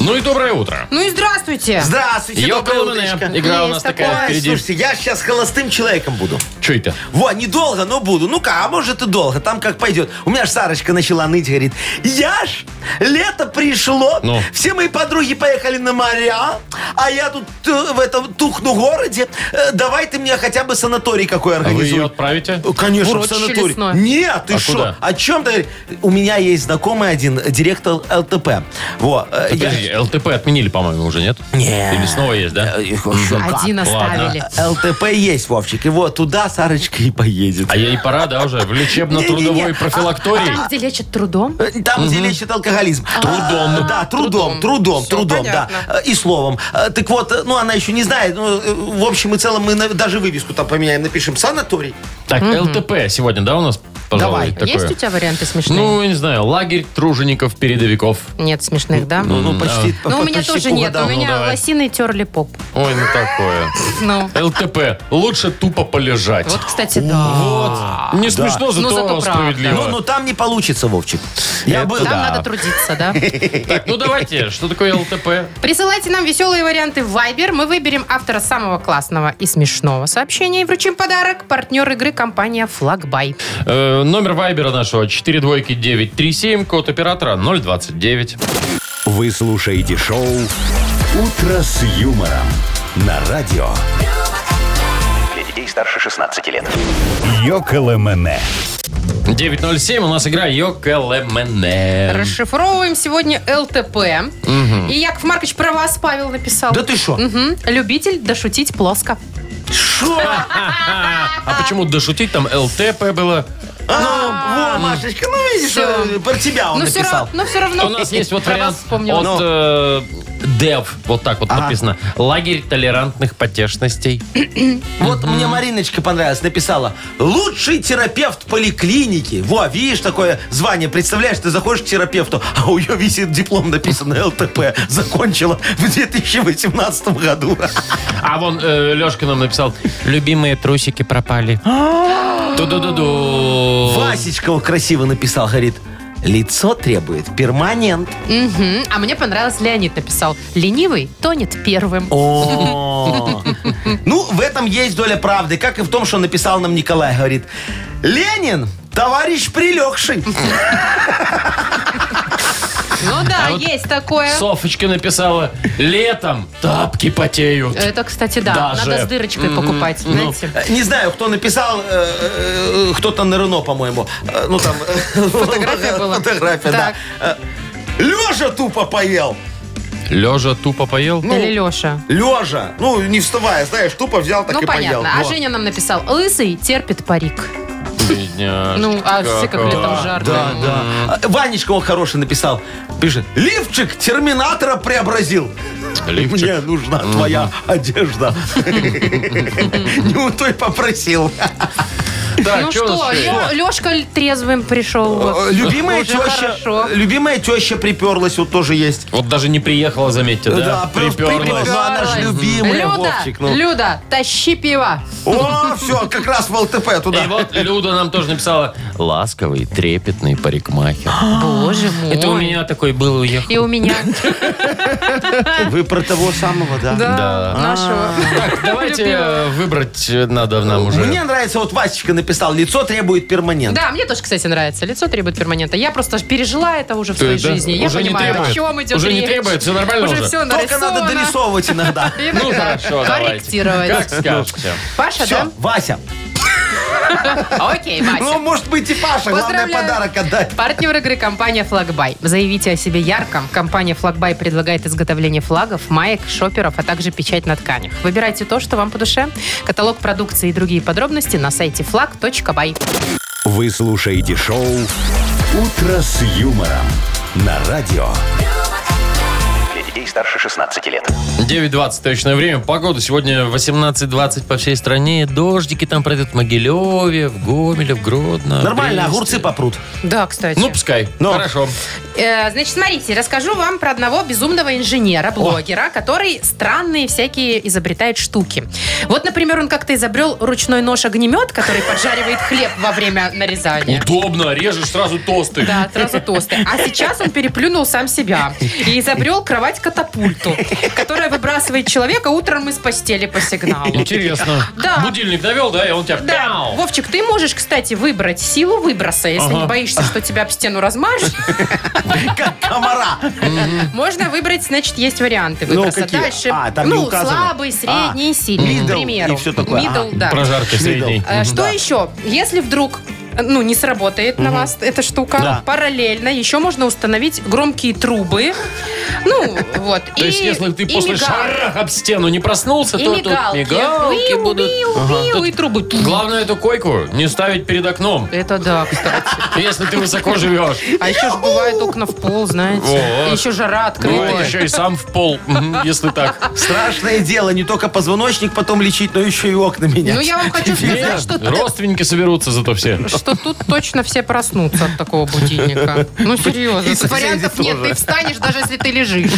Speaker 2: Ну и доброе утро.
Speaker 3: Ну и здравствуйте.
Speaker 4: Здравствуйте,
Speaker 2: Йоко
Speaker 4: доброе
Speaker 2: Лавине.
Speaker 4: утречко.
Speaker 2: Игра у нас
Speaker 3: Есть
Speaker 2: такая
Speaker 3: такое.
Speaker 2: впереди.
Speaker 4: Слушайте, я сейчас холостым человеком буду.
Speaker 2: Че это?
Speaker 4: Во, недолго, но буду. Ну-ка, а может и долго, там как пойдет. У меня ж Сарочка начала ныть, говорит, я ж, лето пришло,
Speaker 2: Ну.
Speaker 4: все мои подруги поехали на моря, а я тут э, в этом тухну городе, Э, давай ты мне хотя бы санаторий какой
Speaker 2: А вы ее
Speaker 4: организуй.
Speaker 2: отправите?
Speaker 4: Э, Конечно,
Speaker 3: Урочище
Speaker 4: в санаторий.
Speaker 3: лесное.
Speaker 4: Нет, ты
Speaker 2: А
Speaker 4: что?
Speaker 2: куда?
Speaker 4: О чем ты? говоришь? У меня есть знакомый один, э, директор ЛТП. Во, э, я-
Speaker 2: Подожди, ЛТП отменили, по-моему, уже, нет?
Speaker 4: Не.
Speaker 2: Или снова есть, да?
Speaker 4: Э, их вообще как? А,
Speaker 3: Один оставили.
Speaker 4: ЛТП есть, Вовчик. И вот туда Сарочка и поедет.
Speaker 2: А ей пора, да, уже? В лечебно-трудовой
Speaker 4: Не-не-не. А,
Speaker 2: профилактории?
Speaker 3: Там, где лечат трудом.
Speaker 4: Э, Там, где лечит алкоголизм.
Speaker 2: Трудом.
Speaker 4: Да, трудом, трудом,
Speaker 3: А, Всё
Speaker 4: трудом, да.
Speaker 3: понятно.
Speaker 4: Э, И словом. Э, Так вот, э, ну, она еще не знает. Ну, э, в общем и целом мы на- даже вывеску там поменяем. Напишем санаторий.
Speaker 2: Так, ЛТП сегодня, да, у нас, пожалуй,
Speaker 4: а. Давай.
Speaker 2: такое?
Speaker 3: Есть у тебя варианты смешные?
Speaker 2: Ну, я не знаю, лагерь тружеников-передовиков.
Speaker 3: Нет смешных, да?
Speaker 4: Ну, ну, почти. по-
Speaker 3: Ну, у
Speaker 4: по-
Speaker 3: меня
Speaker 4: почти
Speaker 3: тоже
Speaker 4: круга,
Speaker 3: нет.
Speaker 4: да.
Speaker 3: У меня
Speaker 2: давай.
Speaker 3: лосины терли поп.
Speaker 2: Ой, ну такое.
Speaker 3: Ну,
Speaker 2: ЛТП. Лучше тупо полежать.
Speaker 3: вот, кстати, да.
Speaker 2: Не смешно,
Speaker 3: Ну,
Speaker 2: зато
Speaker 3: зато правда.
Speaker 2: справедливо.
Speaker 4: Ну, ну, там не получится, Вовчик. Я
Speaker 2: Это
Speaker 4: был.
Speaker 3: Там
Speaker 2: да.
Speaker 3: надо трудиться,
Speaker 2: (laughs)
Speaker 3: да?
Speaker 2: Так, ну давайте, что такое ЛТП?
Speaker 3: Присылайте нам веселые варианты в Viber. Мы выберем автора самого классного и смешного сообщения и вручим подарок. Партнер игры компания «Флагбай».
Speaker 2: Э, Номер вайбера нашего 42937, код оператора 029.
Speaker 1: Вы слушаете шоу «Утро с юмором» на радио
Speaker 6: Для детей старше 16 лет.
Speaker 1: Йоколэмэне.
Speaker 2: 907, у нас игра Йокелемене.
Speaker 3: Расшифровываем сегодня ЛТП. И Яков Маркович про вас, Павел, написал.
Speaker 4: Да ты что?
Speaker 3: Мгм. Любитель дошутить плоско.
Speaker 4: Шо?
Speaker 2: А почему дошутить там ЛТП было?
Speaker 4: Ну, во, Машечка, ну видишь,
Speaker 3: А, Ну, Всё.
Speaker 4: э, про тебя он
Speaker 3: но, все
Speaker 4: написал.
Speaker 3: равно, но все равно
Speaker 2: А У
Speaker 3: (laughs)
Speaker 2: нас есть вот
Speaker 3: Ну, про
Speaker 2: вариант
Speaker 3: вас
Speaker 2: от
Speaker 3: вспомнила.
Speaker 2: э, Дев, вот так вот написано. Лагерь толерантных потешностей.
Speaker 4: Вот мне Мариночка понравилась, написала «Лучший терапевт поликлиники». Во, видишь, такое звание, представляешь, ты заходишь к терапевту, а у нее висит диплом, написано «ЛТП», закончила в 2018 году.
Speaker 2: А вон э, Лешка нам написал, любимые трусики
Speaker 3: (gasps)
Speaker 2: пропали. Ту-ду-ду-ду.
Speaker 4: Васечка вот красиво написал, говорит «Лицо требует перманент».
Speaker 3: Мгм. А мне понравилось, Леонид написал. Ленивый тонет первым.
Speaker 4: О. (laughs) Ну, в этом есть доля правды, как и в том, что написал нам Николай, говорит «Ленин, товарищ прилегший».
Speaker 3: Ну да, есть такое.
Speaker 2: Софочка написала, летом тапки потеют.
Speaker 3: Это, кстати, да.
Speaker 2: Даже. Ну,
Speaker 3: Надо с дырочкой покупать, знаете.
Speaker 4: Э, Не знаю, кто написал, э, э, э, кто-то на Рено, по-моему. Э, Ну там... э, (laughs)
Speaker 3: Фотография была.
Speaker 4: Фотография, да. Лежа тупо поел.
Speaker 2: Лежа тупо поел?
Speaker 3: Или Леша.
Speaker 4: Лежа. Ну, не вставая, знаешь, тупо взял, так
Speaker 3: Ну,
Speaker 4: и поел.
Speaker 3: понятно. А
Speaker 4: Во.
Speaker 3: Женя нам написал, лысый терпит парик.
Speaker 2: Бедняжка.
Speaker 3: Ну, а все как летом
Speaker 2: Да,
Speaker 3: жарко.
Speaker 4: Да, да. А, Ванечка, он хороший написал. Пишет, лифчик терминатора преобразил.
Speaker 2: Лифчик.
Speaker 4: Мне нужна твоя одежда. Не у той попросил.
Speaker 2: Так,
Speaker 3: ну
Speaker 2: чё у нас
Speaker 3: что,
Speaker 2: еще есть?
Speaker 3: Лешка трезвым пришел. вот.
Speaker 4: Любимая
Speaker 3: Уже
Speaker 4: теща,
Speaker 3: хорошо.
Speaker 4: любимая теща приперлась, вот тоже есть.
Speaker 2: Вот даже не приехала, заметьте, да?
Speaker 4: просто приперлась. Ну, она ж любимая,
Speaker 3: Люда,
Speaker 4: Вовчик. ну.
Speaker 3: Люда, тащи пиво.
Speaker 4: О, все, как раз в ЛТП
Speaker 2: И
Speaker 4: туда.
Speaker 2: вот Люда нам тоже написала ласковый, трепетный парикмахер.
Speaker 3: Боже мой.
Speaker 2: Это у меня такой был уехал.
Speaker 3: И
Speaker 2: (laughs)
Speaker 3: у меня.
Speaker 4: Вы про того самого, да?
Speaker 3: Да, А, нашего.
Speaker 2: Так, давайте
Speaker 3: Любимого.
Speaker 2: э, выбрать э, надо нам уже.
Speaker 4: Мне нравится, вот Васечка написал, лицо требует перманент.
Speaker 3: Да, мне тоже, кстати, нравится. Лицо требует перманента. Я просто пережила это уже в
Speaker 2: Ты,
Speaker 3: своей
Speaker 2: да?
Speaker 3: жизни. Я
Speaker 2: Уже не
Speaker 3: понимаю, о
Speaker 2: требует.
Speaker 3: чем идет
Speaker 2: Уже не
Speaker 3: речь.
Speaker 2: требует, всё нормально уже?
Speaker 3: все
Speaker 4: Только надо дорисовывать иногда.
Speaker 2: Ну хорошо, давайте.
Speaker 3: Корректировать.
Speaker 2: Как скажете.
Speaker 3: Паша,
Speaker 4: Все,
Speaker 3: да?
Speaker 4: Вася.
Speaker 3: Окей, Вася.
Speaker 4: Ну, может быть, и Паша. Главное,
Speaker 3: Поздравляю.
Speaker 4: подарок отдать.
Speaker 3: Партнер игры компания «Флагбай». Заявите о себе ярко. Компания «Флагбай» предлагает изготовление флагов, маек, шоперов, а также печать на тканях. Выбирайте то, что вам по душе. Каталог продукции и другие подробности на сайте флаг.бай.
Speaker 1: Вы слушаете шоу «Утро с юмором» на радио.
Speaker 6: Для детей старше 16 лет.
Speaker 2: 9.20 точное время. Погода сегодня 18.20 по всей стране. Дождики там пройдут в Могилеве, в Гомеле, в Гродно.
Speaker 4: Нормально,
Speaker 2: в Бресте.
Speaker 4: огурцы попрут. (laughs)
Speaker 3: Да, кстати.
Speaker 2: Ну, пускай.
Speaker 4: Ну.
Speaker 2: Хорошо.
Speaker 3: Э, значит, смотрите, расскажу вам про одного безумного инженера, блогера, который странные всякие изобретает штуки. Вот, например, он как-то изобрел ручной нож-огнемет, который поджаривает хлеб во время нарезания.
Speaker 2: Удобно, режешь сразу тосты.
Speaker 3: Да, сразу тосты. А сейчас он переплюнул сам себя и изобрел кровать катапульту, которая выбрасывает человека утром из постели по сигналу.
Speaker 2: Интересно.
Speaker 3: Да.
Speaker 2: Будильник довел, да, и он тебя...
Speaker 3: Да.
Speaker 2: пяу.
Speaker 3: Вовчик, ты можешь, кстати, выбрать силу выброса, если
Speaker 2: Ага.
Speaker 3: не боишься, что тебя об
Speaker 2: (laughs)
Speaker 3: стену размажешь.
Speaker 4: Как комара.
Speaker 3: Можно выбрать, значит, есть варианты
Speaker 4: Ну,
Speaker 3: выброса.
Speaker 4: какие?
Speaker 3: Дальше,
Speaker 4: А, там не
Speaker 3: ну,
Speaker 4: указано.
Speaker 3: слабый, средний,
Speaker 4: А,
Speaker 3: сильный,
Speaker 4: middle
Speaker 3: к примеру.
Speaker 4: и всё такое. А,
Speaker 3: Middle,
Speaker 4: Ага.
Speaker 3: да.
Speaker 2: Прожарка средней.
Speaker 3: Э, Что еще? Если вдруг э, ну, не сработает на вас эта штука.
Speaker 4: Да.
Speaker 3: Параллельно еще можно установить громкие трубы. Ну, вот.
Speaker 2: То есть,
Speaker 3: и-
Speaker 2: если ты
Speaker 3: и
Speaker 2: после
Speaker 3: мигал-
Speaker 2: шарах об стену не проснулся,
Speaker 3: И
Speaker 2: то тут
Speaker 3: мигалки.
Speaker 2: мигалки
Speaker 3: Виу,
Speaker 2: будут.
Speaker 3: виу, виу, и трубы.
Speaker 2: Главное эту койку не ставить перед окном,
Speaker 3: Это да, кстати.
Speaker 2: если ты высоко живешь.
Speaker 3: А еще же бывает окна в пол, знаете.
Speaker 2: Вот.
Speaker 3: Еще жара
Speaker 2: Бывает
Speaker 3: открытая.
Speaker 2: Ну, еще и сам в пол, мгм, если
Speaker 3: (laughs)
Speaker 2: так.
Speaker 4: Страшное дело, не только позвоночник потом лечить, но еще и окна менять.
Speaker 3: Ну, я вам хочу сказать,
Speaker 2: Нет,
Speaker 3: что тут-
Speaker 2: родственники соберутся зато все.
Speaker 3: что тут точно все проснутся от такого будильника. Ну, серьезно.
Speaker 4: И
Speaker 3: Тут
Speaker 4: соседи
Speaker 3: вариантов нет.
Speaker 4: тоже.
Speaker 3: Ты встанешь, даже если ты лежишь.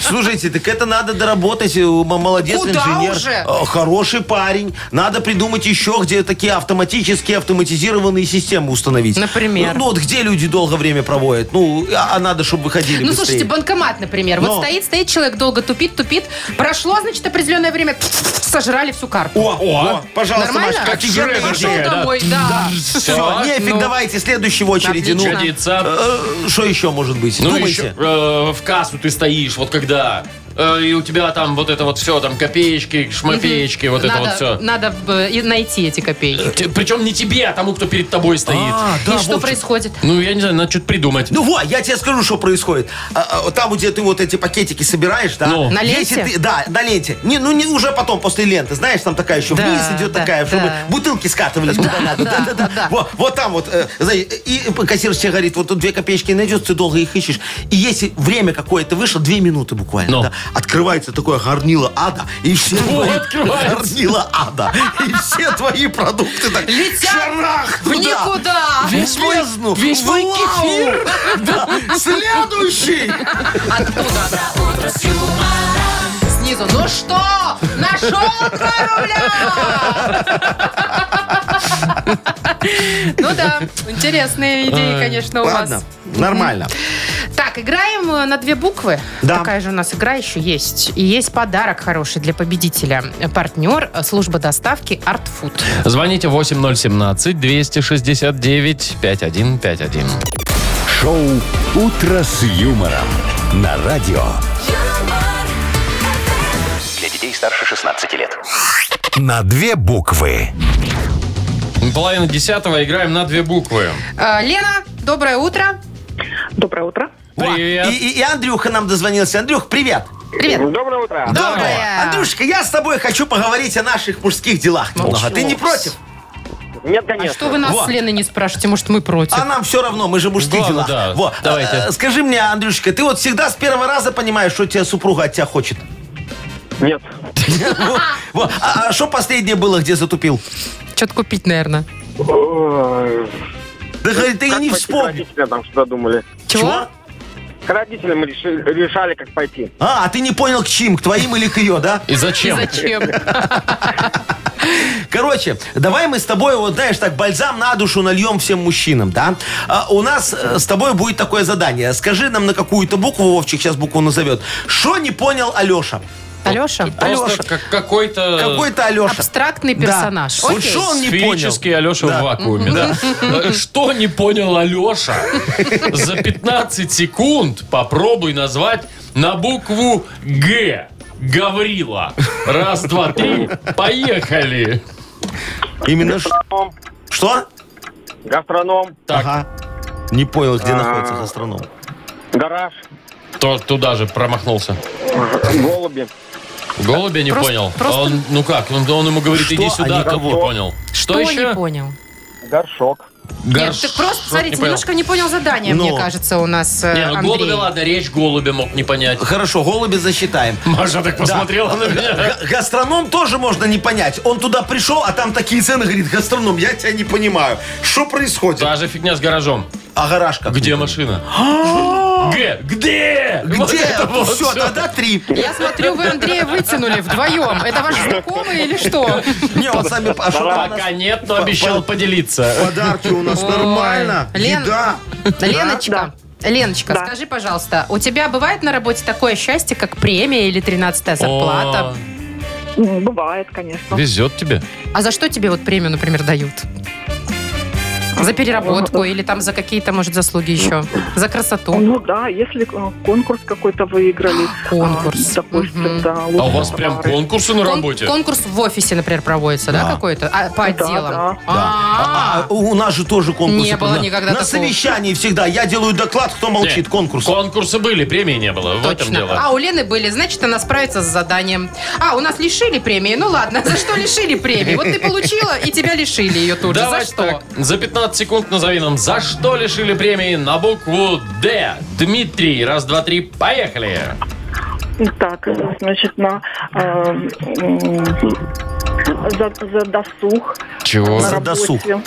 Speaker 4: Слушайте, так это надо доработать. э, м- Молодец,
Speaker 3: Куда
Speaker 4: инженер.
Speaker 3: уже?
Speaker 4: Э, Хороший парень. Надо придумать еще, где такие автоматические, автоматизированные системы установить.
Speaker 3: Например?
Speaker 4: Ну, ну вот где люди долго время проводят. Ну, а а надо, чтобы выходили
Speaker 3: Ну,
Speaker 4: быстрее.
Speaker 3: слушайте, банкомат, например.
Speaker 4: Но.
Speaker 3: Вот стоит, стоит человек, долго тупит, тупит. Прошло, значит, определенное время, сожрали всю карту.
Speaker 4: О, о, пожалуйста,
Speaker 3: Нормально?
Speaker 4: Машка,
Speaker 2: Как Шредер
Speaker 4: офигенная
Speaker 3: Пошел
Speaker 4: идея.
Speaker 2: такая, да.
Speaker 3: домой, да.
Speaker 4: Все,
Speaker 2: Все.
Speaker 4: нефиг,
Speaker 3: ну.
Speaker 4: давайте, следующий в очереди. Ну,
Speaker 3: Отлично.
Speaker 2: Годится.
Speaker 4: Э, что еще может быть?
Speaker 2: Ну
Speaker 4: Думайте.
Speaker 2: еще э, в кассу ты стоишь, вот когда... э, И у тебя там вот это вот все, там копеечки, шмопеечки, вот это
Speaker 3: надо,
Speaker 2: вот все.
Speaker 3: Надо э, и найти эти копейки.
Speaker 2: Причем не тебе, а тому, кто перед тобой стоит.
Speaker 4: А,
Speaker 3: и
Speaker 4: да,
Speaker 3: что
Speaker 4: Вовчик.
Speaker 3: происходит?
Speaker 2: Ну, я не знаю, надо что-то придумать.
Speaker 4: Ну вот, я тебе скажу, что происходит. А, а, Там, где ты вот эти пакетики собираешь, да?
Speaker 2: Ну.
Speaker 3: На
Speaker 4: Если
Speaker 3: ленте?
Speaker 4: ты- да, на ленте. Не, ну не уже потом, после ленты. Знаешь, там такая еще
Speaker 3: Да,
Speaker 4: вниз идет
Speaker 3: да,
Speaker 4: такая, чтобы
Speaker 3: да.
Speaker 4: бутылки скатывались куда надо.
Speaker 3: да,
Speaker 4: Да-да-да.
Speaker 3: да.
Speaker 4: Во- Вот там вот. э, знаешь, И кассир тебе говорит, вот тут две копеечки найдется, ты долго их ищешь. И если время какое-то вышло, две минуты
Speaker 2: Ну.
Speaker 4: буквально, да, открывается такое горнило ада, и все твои
Speaker 2: открывается.
Speaker 4: горнило ада. И все твои продукты так
Speaker 3: Летят
Speaker 4: шарах
Speaker 3: В никуда!
Speaker 2: Весь
Speaker 4: Весь
Speaker 2: мой-
Speaker 4: бездну.
Speaker 2: весь мой
Speaker 4: Вау!
Speaker 2: кефир.
Speaker 4: (laughs) Да. Следующий.
Speaker 3: Снизу. Ну что? Нашел два рубля! (laughs) Ну да, интересные идеи, конечно, у
Speaker 4: Ладно,
Speaker 3: вас.
Speaker 4: нормально.
Speaker 3: Так, играем э, на две буквы.
Speaker 4: Да.
Speaker 3: Такая же у нас игра еще есть. И есть подарок хороший для победителя. Партнер э, служба доставки Art Food.
Speaker 2: Звоните 8017-269-5151.
Speaker 1: Шоу «Утро с юмором» на радио.
Speaker 9: юмор,
Speaker 6: Для детей старше 16 лет.
Speaker 1: На две буквы.
Speaker 2: Половина десятого, играем на две буквы.
Speaker 3: Э, Лена, доброе утро.
Speaker 7: Доброе утро.
Speaker 4: Во,
Speaker 2: Привет.
Speaker 4: И, и- и Андрюха нам дозвонился. Андрюх, привет.
Speaker 3: Привет.
Speaker 8: Доброе утро.
Speaker 3: Доброе.
Speaker 4: Андрюшка, я с тобой хочу поговорить о наших мужских делах. немного. Ты не против?
Speaker 8: Нет,
Speaker 3: А что вы нас
Speaker 4: Вот.
Speaker 3: с Леной не спрашиваете? Может, мы против?
Speaker 4: А нам все равно, мы же мужские
Speaker 2: Главное,
Speaker 4: дела.
Speaker 2: да. Давайте.
Speaker 4: Э, скажи мне, Андрюшка, ты вот всегда с первого раза понимаешь, что тебя супруга от тебя хочет? (laughs)
Speaker 3: а
Speaker 8: Нет.
Speaker 4: Во, А что последнее было, где затупил?
Speaker 3: Что-то купить, наверное.
Speaker 8: Ой,
Speaker 4: Да говорит, ты и
Speaker 8: как
Speaker 4: не
Speaker 8: пойти к
Speaker 4: вспомнил.
Speaker 8: родителям там что-то думали.
Speaker 3: Чего?
Speaker 8: К родителям реши- решали, как пойти.
Speaker 4: А, а ты не понял, к чьим, к твоим или к ее, да?
Speaker 2: И зачем?
Speaker 3: Зачем?
Speaker 4: Короче, давай мы с тобой, вот знаешь, так бальзам на душу нальем всем мужчинам, да? А, у нас э, с тобой будет такое задание. Скажи нам на какую-то букву, Вовчик сейчас букву назовет. Что не понял Алеша?
Speaker 3: Алеша?
Speaker 2: Просто
Speaker 4: Алёша.
Speaker 2: как- какой-то... Ну,
Speaker 4: Какой-то Алеша.
Speaker 3: Абстрактный персонаж.
Speaker 4: Вот
Speaker 3: Окей.
Speaker 4: что он не понял?
Speaker 2: Сферический Алеша в
Speaker 4: Да.
Speaker 2: вакууме, да. Э, Что не понял Алеша? За 15 секунд попробуй назвать на букву Г. Гаврила. Раз, два, три. Поехали.
Speaker 4: Именно ш-
Speaker 8: Ом,
Speaker 4: что?
Speaker 8: Гастроном,
Speaker 2: Так,
Speaker 4: Ага. Не понял, где
Speaker 8: А.
Speaker 4: находится гастроном.
Speaker 8: гараж,
Speaker 2: то- туда же промахнулся.
Speaker 8: голуби.
Speaker 2: Голубя не
Speaker 3: Просто-
Speaker 2: понял.
Speaker 3: просто-
Speaker 2: А Он, ну как, он, он ему говорит,
Speaker 4: Что?
Speaker 2: иди сюда,
Speaker 4: А
Speaker 2: тот не
Speaker 4: никого.
Speaker 2: понял.
Speaker 3: Что не понял?
Speaker 8: Горшок.
Speaker 3: Нет, ты
Speaker 2: Горшок
Speaker 3: просто, смотрите,
Speaker 2: не понял.
Speaker 3: немножко не понял задание,
Speaker 4: Ну.
Speaker 3: мне кажется, у нас э,
Speaker 2: Не, ну
Speaker 3: Андрей.
Speaker 2: голубя, ладно, речь голубя мог не понять.
Speaker 4: Хорошо, голуби засчитаем.
Speaker 2: (laughs) Маша так посмотрела на меня.
Speaker 4: Га- Гастроном тоже можно не понять. Он туда пришел, а там такие цены, говорит, гастроном, я тебя не понимаю. Что
Speaker 2: (laughs)
Speaker 4: происходит?
Speaker 2: Та же фигня с гаражом.
Speaker 4: А гараж как?
Speaker 2: Где
Speaker 3: (gasps)
Speaker 2: машина?
Speaker 3: А!
Speaker 2: Г. Где? Вот
Speaker 4: Где?
Speaker 2: это вот
Speaker 4: Все,
Speaker 2: всё.
Speaker 4: тогда три.
Speaker 3: Я смотрю, вы Андрея вытянули вдвоем. Это ваш знакомый или что?
Speaker 4: Не, он сами... А что там у нас?
Speaker 2: Пока нет, но обещал поделиться.
Speaker 4: Подарки у нас
Speaker 3: Ой.
Speaker 4: нормально.
Speaker 3: Лен-
Speaker 4: Еда.
Speaker 3: Леночка, Леночка,
Speaker 7: Да.
Speaker 3: скажи, пожалуйста, у тебя бывает на работе такое счастье, как премия или 13-я зарплата?
Speaker 7: М, Бывает, конечно.
Speaker 2: О, Везет тебе.
Speaker 3: А за что тебе вот премию, например, дают? За переработку или там за какие-то, может, заслуги еще? За красоту?
Speaker 7: Ну да, если э, конкурс какой-то выиграли.
Speaker 3: (gasps) Конкурс.
Speaker 7: а, допустим,
Speaker 3: Мгм.
Speaker 7: да.
Speaker 2: А у вас прям конкурсы на
Speaker 3: Кон-
Speaker 2: работе?
Speaker 3: конкурс в офисе, например, проводится, да,
Speaker 4: Да.
Speaker 3: какой-то? А, по отделам?
Speaker 7: да.
Speaker 3: А-а-а.
Speaker 4: А, а, у нас же тоже конкурсы.
Speaker 3: Не было
Speaker 4: на-
Speaker 3: никогда
Speaker 4: На
Speaker 3: такого.
Speaker 4: совещании всегда. Я делаю доклад, кто
Speaker 2: Нет,
Speaker 4: молчит. Конкурс.
Speaker 2: Конкурсы были, премии не было. В этом
Speaker 3: Точно.
Speaker 2: дело.
Speaker 3: А у Лены были, значит, она справится с заданием. А, у нас лишили премии. Ну ладно, за что лишили премии? Вот ты получила, и тебя лишили ее тут же. За
Speaker 2: Давайте
Speaker 3: что?
Speaker 2: так, за 15 секунд назови нам, за что лишили премии на букву «Д». Дмитрий, раз, два, три, поехали.
Speaker 7: Так, значит, на э, м, за, за досуг
Speaker 2: Чего?
Speaker 7: на
Speaker 4: За досуг.
Speaker 7: работе.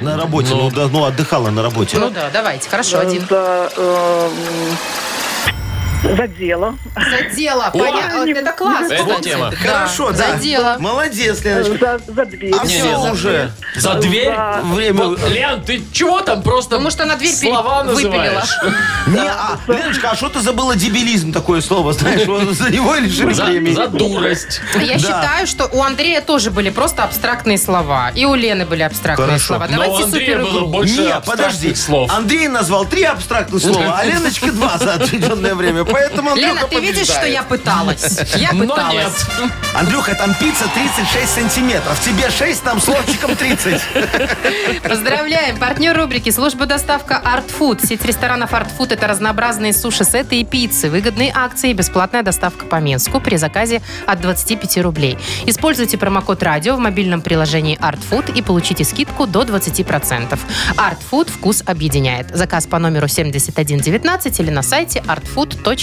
Speaker 4: На работе.
Speaker 2: Ну.
Speaker 4: Ну, да, ну, отдыхала на работе.
Speaker 3: Ну да, давайте, хорошо,
Speaker 7: (laughs) За,
Speaker 3: один.
Speaker 7: за, э, м, за дело. э,
Speaker 3: За дело, понятно. Вот Это классно.
Speaker 2: Это тема.
Speaker 4: Хорошо, да.
Speaker 3: За дело.
Speaker 4: Молодец, Леночка.
Speaker 7: За, за дверь.
Speaker 4: А все
Speaker 2: за-
Speaker 4: уже.
Speaker 2: За дверь?
Speaker 7: За-
Speaker 4: Время.
Speaker 2: Вот, Лен, ты чего там просто
Speaker 3: Потому что она дверь пере-
Speaker 2: слова
Speaker 3: выпилила.
Speaker 2: называешь?
Speaker 4: (laughs) Не, а, Леночка, а что ты забыла дебилизм такое слово? Знаешь, вот за него лишили
Speaker 2: За,
Speaker 4: премии.
Speaker 2: за дурость.
Speaker 3: Я
Speaker 4: Да.
Speaker 3: считаю, что у Андрея тоже были просто абстрактные слова. И у Лены были абстрактные
Speaker 4: Хорошо.
Speaker 2: Но
Speaker 3: слова.
Speaker 2: у
Speaker 3: Давайте
Speaker 2: Андрея
Speaker 3: суперигру.
Speaker 2: было больше
Speaker 4: Не,
Speaker 2: абстрактных
Speaker 4: подожди.
Speaker 2: слов.
Speaker 4: Андрей назвал три абстрактных слова, а Леночка два за отведенное время. Поэтому Андрюха
Speaker 3: Лена, ты видишь, что я пыталась? Я
Speaker 2: Но нет.
Speaker 3: пыталась.
Speaker 4: Андрюха, там пицца 36 сантиметров. Тебе 6, там с лобчиком 30.
Speaker 3: Поздравляем! Партнер рубрики «Служба доставка Art Food». Сеть ресторанов Art Food – это разнообразные суши-сеты и пиццы, выгодные акции и бесплатная доставка по Минску при заказе от 25 рублей. Используйте промокод «Радио» в мобильном приложении Art Food и получите скидку до 20%. Art Food – вкус объединяет. Заказ по номеру 7119 или на сайте artfood.by.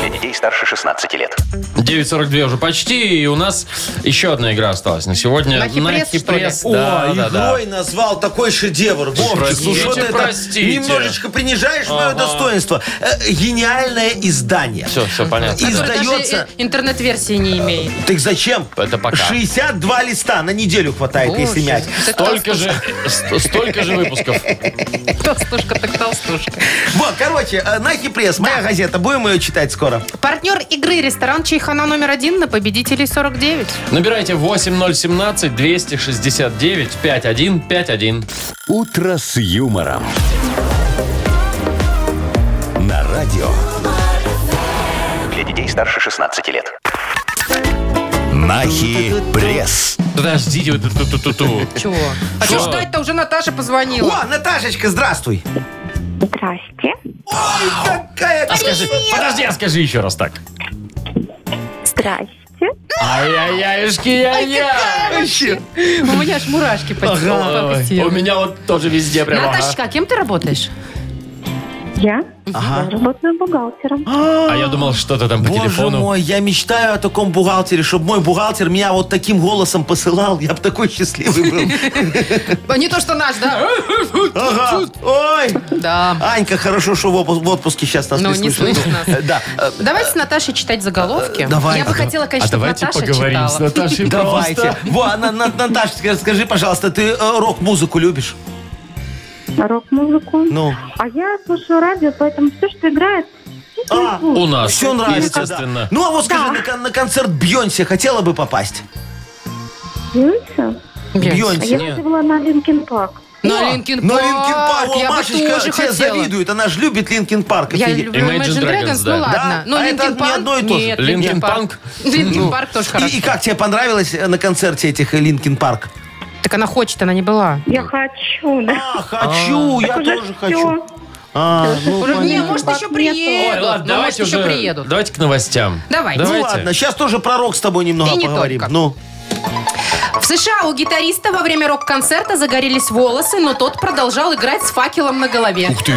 Speaker 6: Для детей старше 16 лет.
Speaker 2: 9.42 уже почти, и у нас еще одна игра осталась на сегодня.
Speaker 3: На хипресс, что ли?
Speaker 2: хипресс, (laughs) да,
Speaker 4: О,
Speaker 2: да, да.
Speaker 4: игрой назвал такой шедевр. Вовчик, ну
Speaker 2: Простите,
Speaker 4: что ты так
Speaker 2: простите.
Speaker 4: немножечко принижаешь мое
Speaker 2: Ага.
Speaker 4: достоинство? Э, Гениальное издание.
Speaker 2: Все, все понятно.
Speaker 4: И-
Speaker 3: Который
Speaker 4: Издается-
Speaker 3: даже и- интернет-версии не имеет.
Speaker 4: Так зачем?
Speaker 2: Это пока.
Speaker 4: 62 листа на неделю хватает,
Speaker 3: Боже,
Speaker 4: если мять.
Speaker 3: ты
Speaker 2: Столько же, ст- столько же выпусков.
Speaker 3: Толстушка, так толстушка.
Speaker 4: Вот, короче, э, на Хипресс, моя газета. Будем ее читать скоро.
Speaker 3: Партнер игры ресторан Чайхана номер один на победителей 49.
Speaker 2: Набирайте 8017 269 5151.
Speaker 1: «Утро с юмором». На радио.
Speaker 6: Для детей старше 16 лет.
Speaker 1: Нахи пресс.
Speaker 2: Подождите, вот ту- ту- ту- ту.
Speaker 3: Чего? А
Speaker 2: Что?
Speaker 3: что ждать-то? Уже Наташа позвонила.
Speaker 4: О, Наташечка, здравствуй.
Speaker 7: Здрасте.
Speaker 4: Ой, какая
Speaker 2: А скажи, подожди, а скажи еще раз так.
Speaker 7: Здрасте.
Speaker 2: Ай-яй-яюшки, яй-яй.
Speaker 4: вообще.
Speaker 3: Ну, У меня аж мурашки
Speaker 2: Ага,
Speaker 3: потекли.
Speaker 2: У меня вот тоже везде прям. ага.
Speaker 3: Наташечка, а кем ты работаешь?
Speaker 7: Я? Я работаю бухгалтером.
Speaker 2: А я думал, что-то там по
Speaker 4: Боже
Speaker 2: телефону. А
Speaker 4: мой, я мечтаю о таком бухгалтере, чтобы мой бухгалтер меня вот таким голосом посылал. Я бы такой
Speaker 2: (laughs)
Speaker 4: счастливый был.
Speaker 3: А, Не то, что наш, да?
Speaker 4: Ага. Ой.
Speaker 3: (laughs) Да.
Speaker 4: Анька, хорошо, что в отпуск- в отпуске сейчас нас
Speaker 3: Ну,
Speaker 4: не
Speaker 3: не
Speaker 4: слышит.
Speaker 3: слышит нас.
Speaker 4: Э, (laughs) Да. э,
Speaker 3: Давайте с Наташей читать заголовки.
Speaker 4: Э, давай.
Speaker 3: Я бы
Speaker 4: А да-
Speaker 3: хотела, конечно,
Speaker 2: А
Speaker 3: чтобы
Speaker 2: давайте
Speaker 3: Наташа
Speaker 2: поговорим с
Speaker 3: читала.
Speaker 2: Наташей
Speaker 4: Давайте. Во, на- на- Наташечка, скажи, пожалуйста, ты э, рок-музыку любишь?
Speaker 7: Рок-музыку.
Speaker 4: Ну.
Speaker 7: А я слушаю радио, поэтому все, что играет,
Speaker 4: А,
Speaker 2: У нас,
Speaker 4: Все нравится,
Speaker 2: естественно.
Speaker 4: да. Ну, а вот скажи, на кон- на концерт Бьонсе хотела бы попасть?
Speaker 7: Бьюнса.
Speaker 3: Бьёнь.
Speaker 7: А я
Speaker 4: Бьонсе.
Speaker 7: хотела на Линкен Парк.
Speaker 3: На Линкин
Speaker 4: На Линкин Парк.
Speaker 3: Парк.
Speaker 4: О,
Speaker 3: Я бы
Speaker 4: Машечка
Speaker 3: тоже
Speaker 4: тебе
Speaker 3: хотела.
Speaker 4: завидует. Она же любит Линкин Парк.
Speaker 3: Я
Speaker 4: Офигеть.
Speaker 3: люблю Imagine
Speaker 2: Imagine Dragons,
Speaker 3: Dragons,
Speaker 2: да.
Speaker 3: ну ладно.
Speaker 4: Да?
Speaker 3: Ну,
Speaker 4: А это
Speaker 3: Линкин
Speaker 4: не одно и
Speaker 3: Парк?
Speaker 4: то же.
Speaker 3: Нет,
Speaker 2: Линкин
Speaker 3: Линкин
Speaker 2: Парк?
Speaker 3: Парк. (laughs) Линкин
Speaker 4: Ну,
Speaker 3: Парк тоже
Speaker 4: и-
Speaker 3: хорошо.
Speaker 4: И, как тебе понравилось э, на концерте этих Линкин Парк?
Speaker 3: Так она хочет, она не была.
Speaker 7: Я хочу, да.
Speaker 4: А, хочу, я тоже хочу.
Speaker 7: Всё.
Speaker 4: А, ну,
Speaker 3: Уже- не, может,
Speaker 7: Парк
Speaker 3: еще
Speaker 7: нету.
Speaker 3: приедут.
Speaker 2: Ой, ладно,
Speaker 3: Ну, может,
Speaker 2: давайте
Speaker 3: еще
Speaker 2: уже.
Speaker 3: приедут.
Speaker 2: Давайте к новостям.
Speaker 3: Давай. Ну,
Speaker 4: ну
Speaker 2: Давайте.
Speaker 4: ладно, сейчас тоже про рок с тобой
Speaker 3: И
Speaker 4: немного
Speaker 3: не
Speaker 4: поговорим.
Speaker 3: только.
Speaker 4: Ну,
Speaker 3: В США у гитариста во время рок-концерта загорелись волосы, но тот продолжал играть с факелом на голове.
Speaker 2: Ух ты.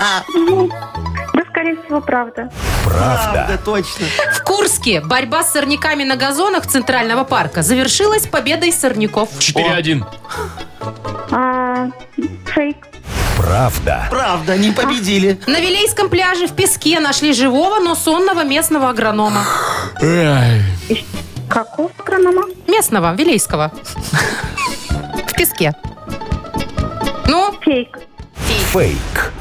Speaker 7: Да, скорее всего, правда.
Speaker 4: да, точно.
Speaker 3: В Курске борьба с сорняками на газонах Центрального парка завершилась победой сорняков.
Speaker 2: 4-1.
Speaker 7: А, фейк.
Speaker 1: Правда.
Speaker 4: Правда, не победили.
Speaker 3: На Вилейском пляже в песке нашли живого, но сонного местного агронома.
Speaker 7: Каков агронома?
Speaker 3: Местного, Вилейского. песке. Ну,
Speaker 7: Фейк.
Speaker 1: Фейк.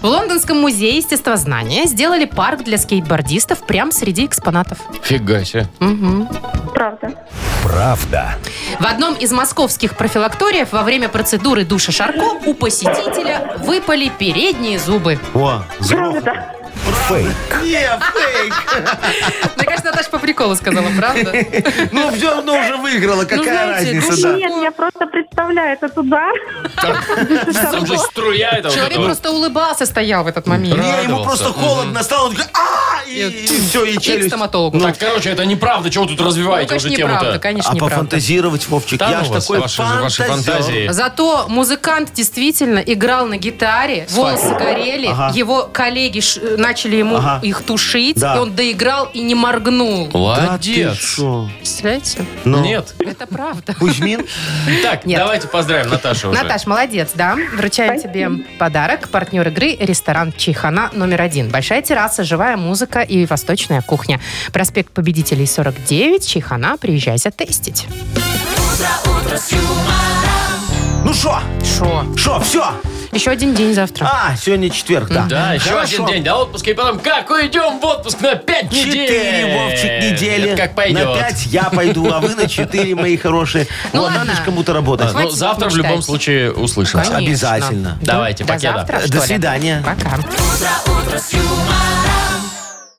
Speaker 3: в Лондонском музее естествознания сделали парк для скейтбордистов прямо среди экспонатов.
Speaker 2: Фига себе.
Speaker 7: Правда.
Speaker 1: Правда.
Speaker 3: В одном из московских профилакториев во время процедуры душа Шарко у посетителя выпали передние зубы.
Speaker 4: О, здорово.
Speaker 7: Правда.
Speaker 1: Фейк.
Speaker 4: Не, фейк.
Speaker 3: Мне кажется, Наташа по приколу сказала, правда?
Speaker 4: Ну, все равно уже выиграла. Какая
Speaker 3: знаете,
Speaker 4: разница,
Speaker 3: ну,
Speaker 4: да?
Speaker 7: Нет, я просто представляю этот удар.
Speaker 2: Там же струя это вот
Speaker 3: Человек
Speaker 4: Ну,
Speaker 2: это вот.
Speaker 3: просто улыбался, стоял в этот момент.
Speaker 4: Не, ему
Speaker 2: радовался.
Speaker 4: просто холодно стало. Он такой, а ну, и,
Speaker 3: И-
Speaker 4: все, и
Speaker 3: И к
Speaker 4: челюсть.
Speaker 3: стоматологу.
Speaker 2: Так, Ну, короче, это неправда. Чего вы тут
Speaker 3: Ну,
Speaker 2: развиваете
Speaker 3: конечно,
Speaker 2: уже тему-то?
Speaker 3: неправда, конечно,
Speaker 4: А
Speaker 3: неправда.
Speaker 4: пофантазировать, Вовчик,
Speaker 2: Там
Speaker 4: я ж
Speaker 2: у ну вас
Speaker 4: такой
Speaker 2: ваши, ваши
Speaker 4: фантазер.
Speaker 2: фантазии.
Speaker 3: Зато музыкант действительно играл на гитаре, волосы горели,
Speaker 4: Ага.
Speaker 3: его коллеги ш- э, начали ему
Speaker 4: Ага.
Speaker 3: их тушить,
Speaker 4: Да.
Speaker 3: и он доиграл и не моргнул.
Speaker 4: Да ты
Speaker 2: Молодец.
Speaker 4: шо?
Speaker 3: Представляете?
Speaker 4: Ну.
Speaker 2: Нет.
Speaker 3: Это правда.
Speaker 4: Кузьмин?
Speaker 2: Так,
Speaker 3: Нет.
Speaker 2: давайте поздравим Наташу уже.
Speaker 3: Наташ, молодец, да. Вручаем тебе подарок. Партнер игры – ресторан «Чайхана» номер один. Большая терраса, живая музыка и восточная кухня. Проспект Победителей, 49. «Чайхана». Приезжай затестить.
Speaker 4: Ну шо?
Speaker 3: Шо?
Speaker 4: Шо, все?
Speaker 3: Еще один день завтра.
Speaker 4: А, сегодня четверг, да.
Speaker 2: Да, еще
Speaker 4: Хорошо.
Speaker 2: один день до отпуска, и потом как уйдем в отпуск на 5 недель.
Speaker 4: Четыре, Вовчик, недели.
Speaker 2: Это как
Speaker 4: На
Speaker 2: пойдет.
Speaker 4: пять я пойду, а вы на четыре, мои хорошие.
Speaker 3: Ну
Speaker 4: Вот,
Speaker 3: ладно.
Speaker 4: надо же кому-то работать.
Speaker 2: Но
Speaker 3: Хватит
Speaker 2: Ну, завтра в
Speaker 3: мечтать.
Speaker 2: любом случае услышимся.
Speaker 3: Конечно.
Speaker 4: Обязательно.
Speaker 2: Давайте,
Speaker 3: До
Speaker 2: покеда.
Speaker 3: завтра,
Speaker 4: До
Speaker 3: что ли?
Speaker 4: свидания.
Speaker 3: Пока.
Speaker 9: утро с юмором.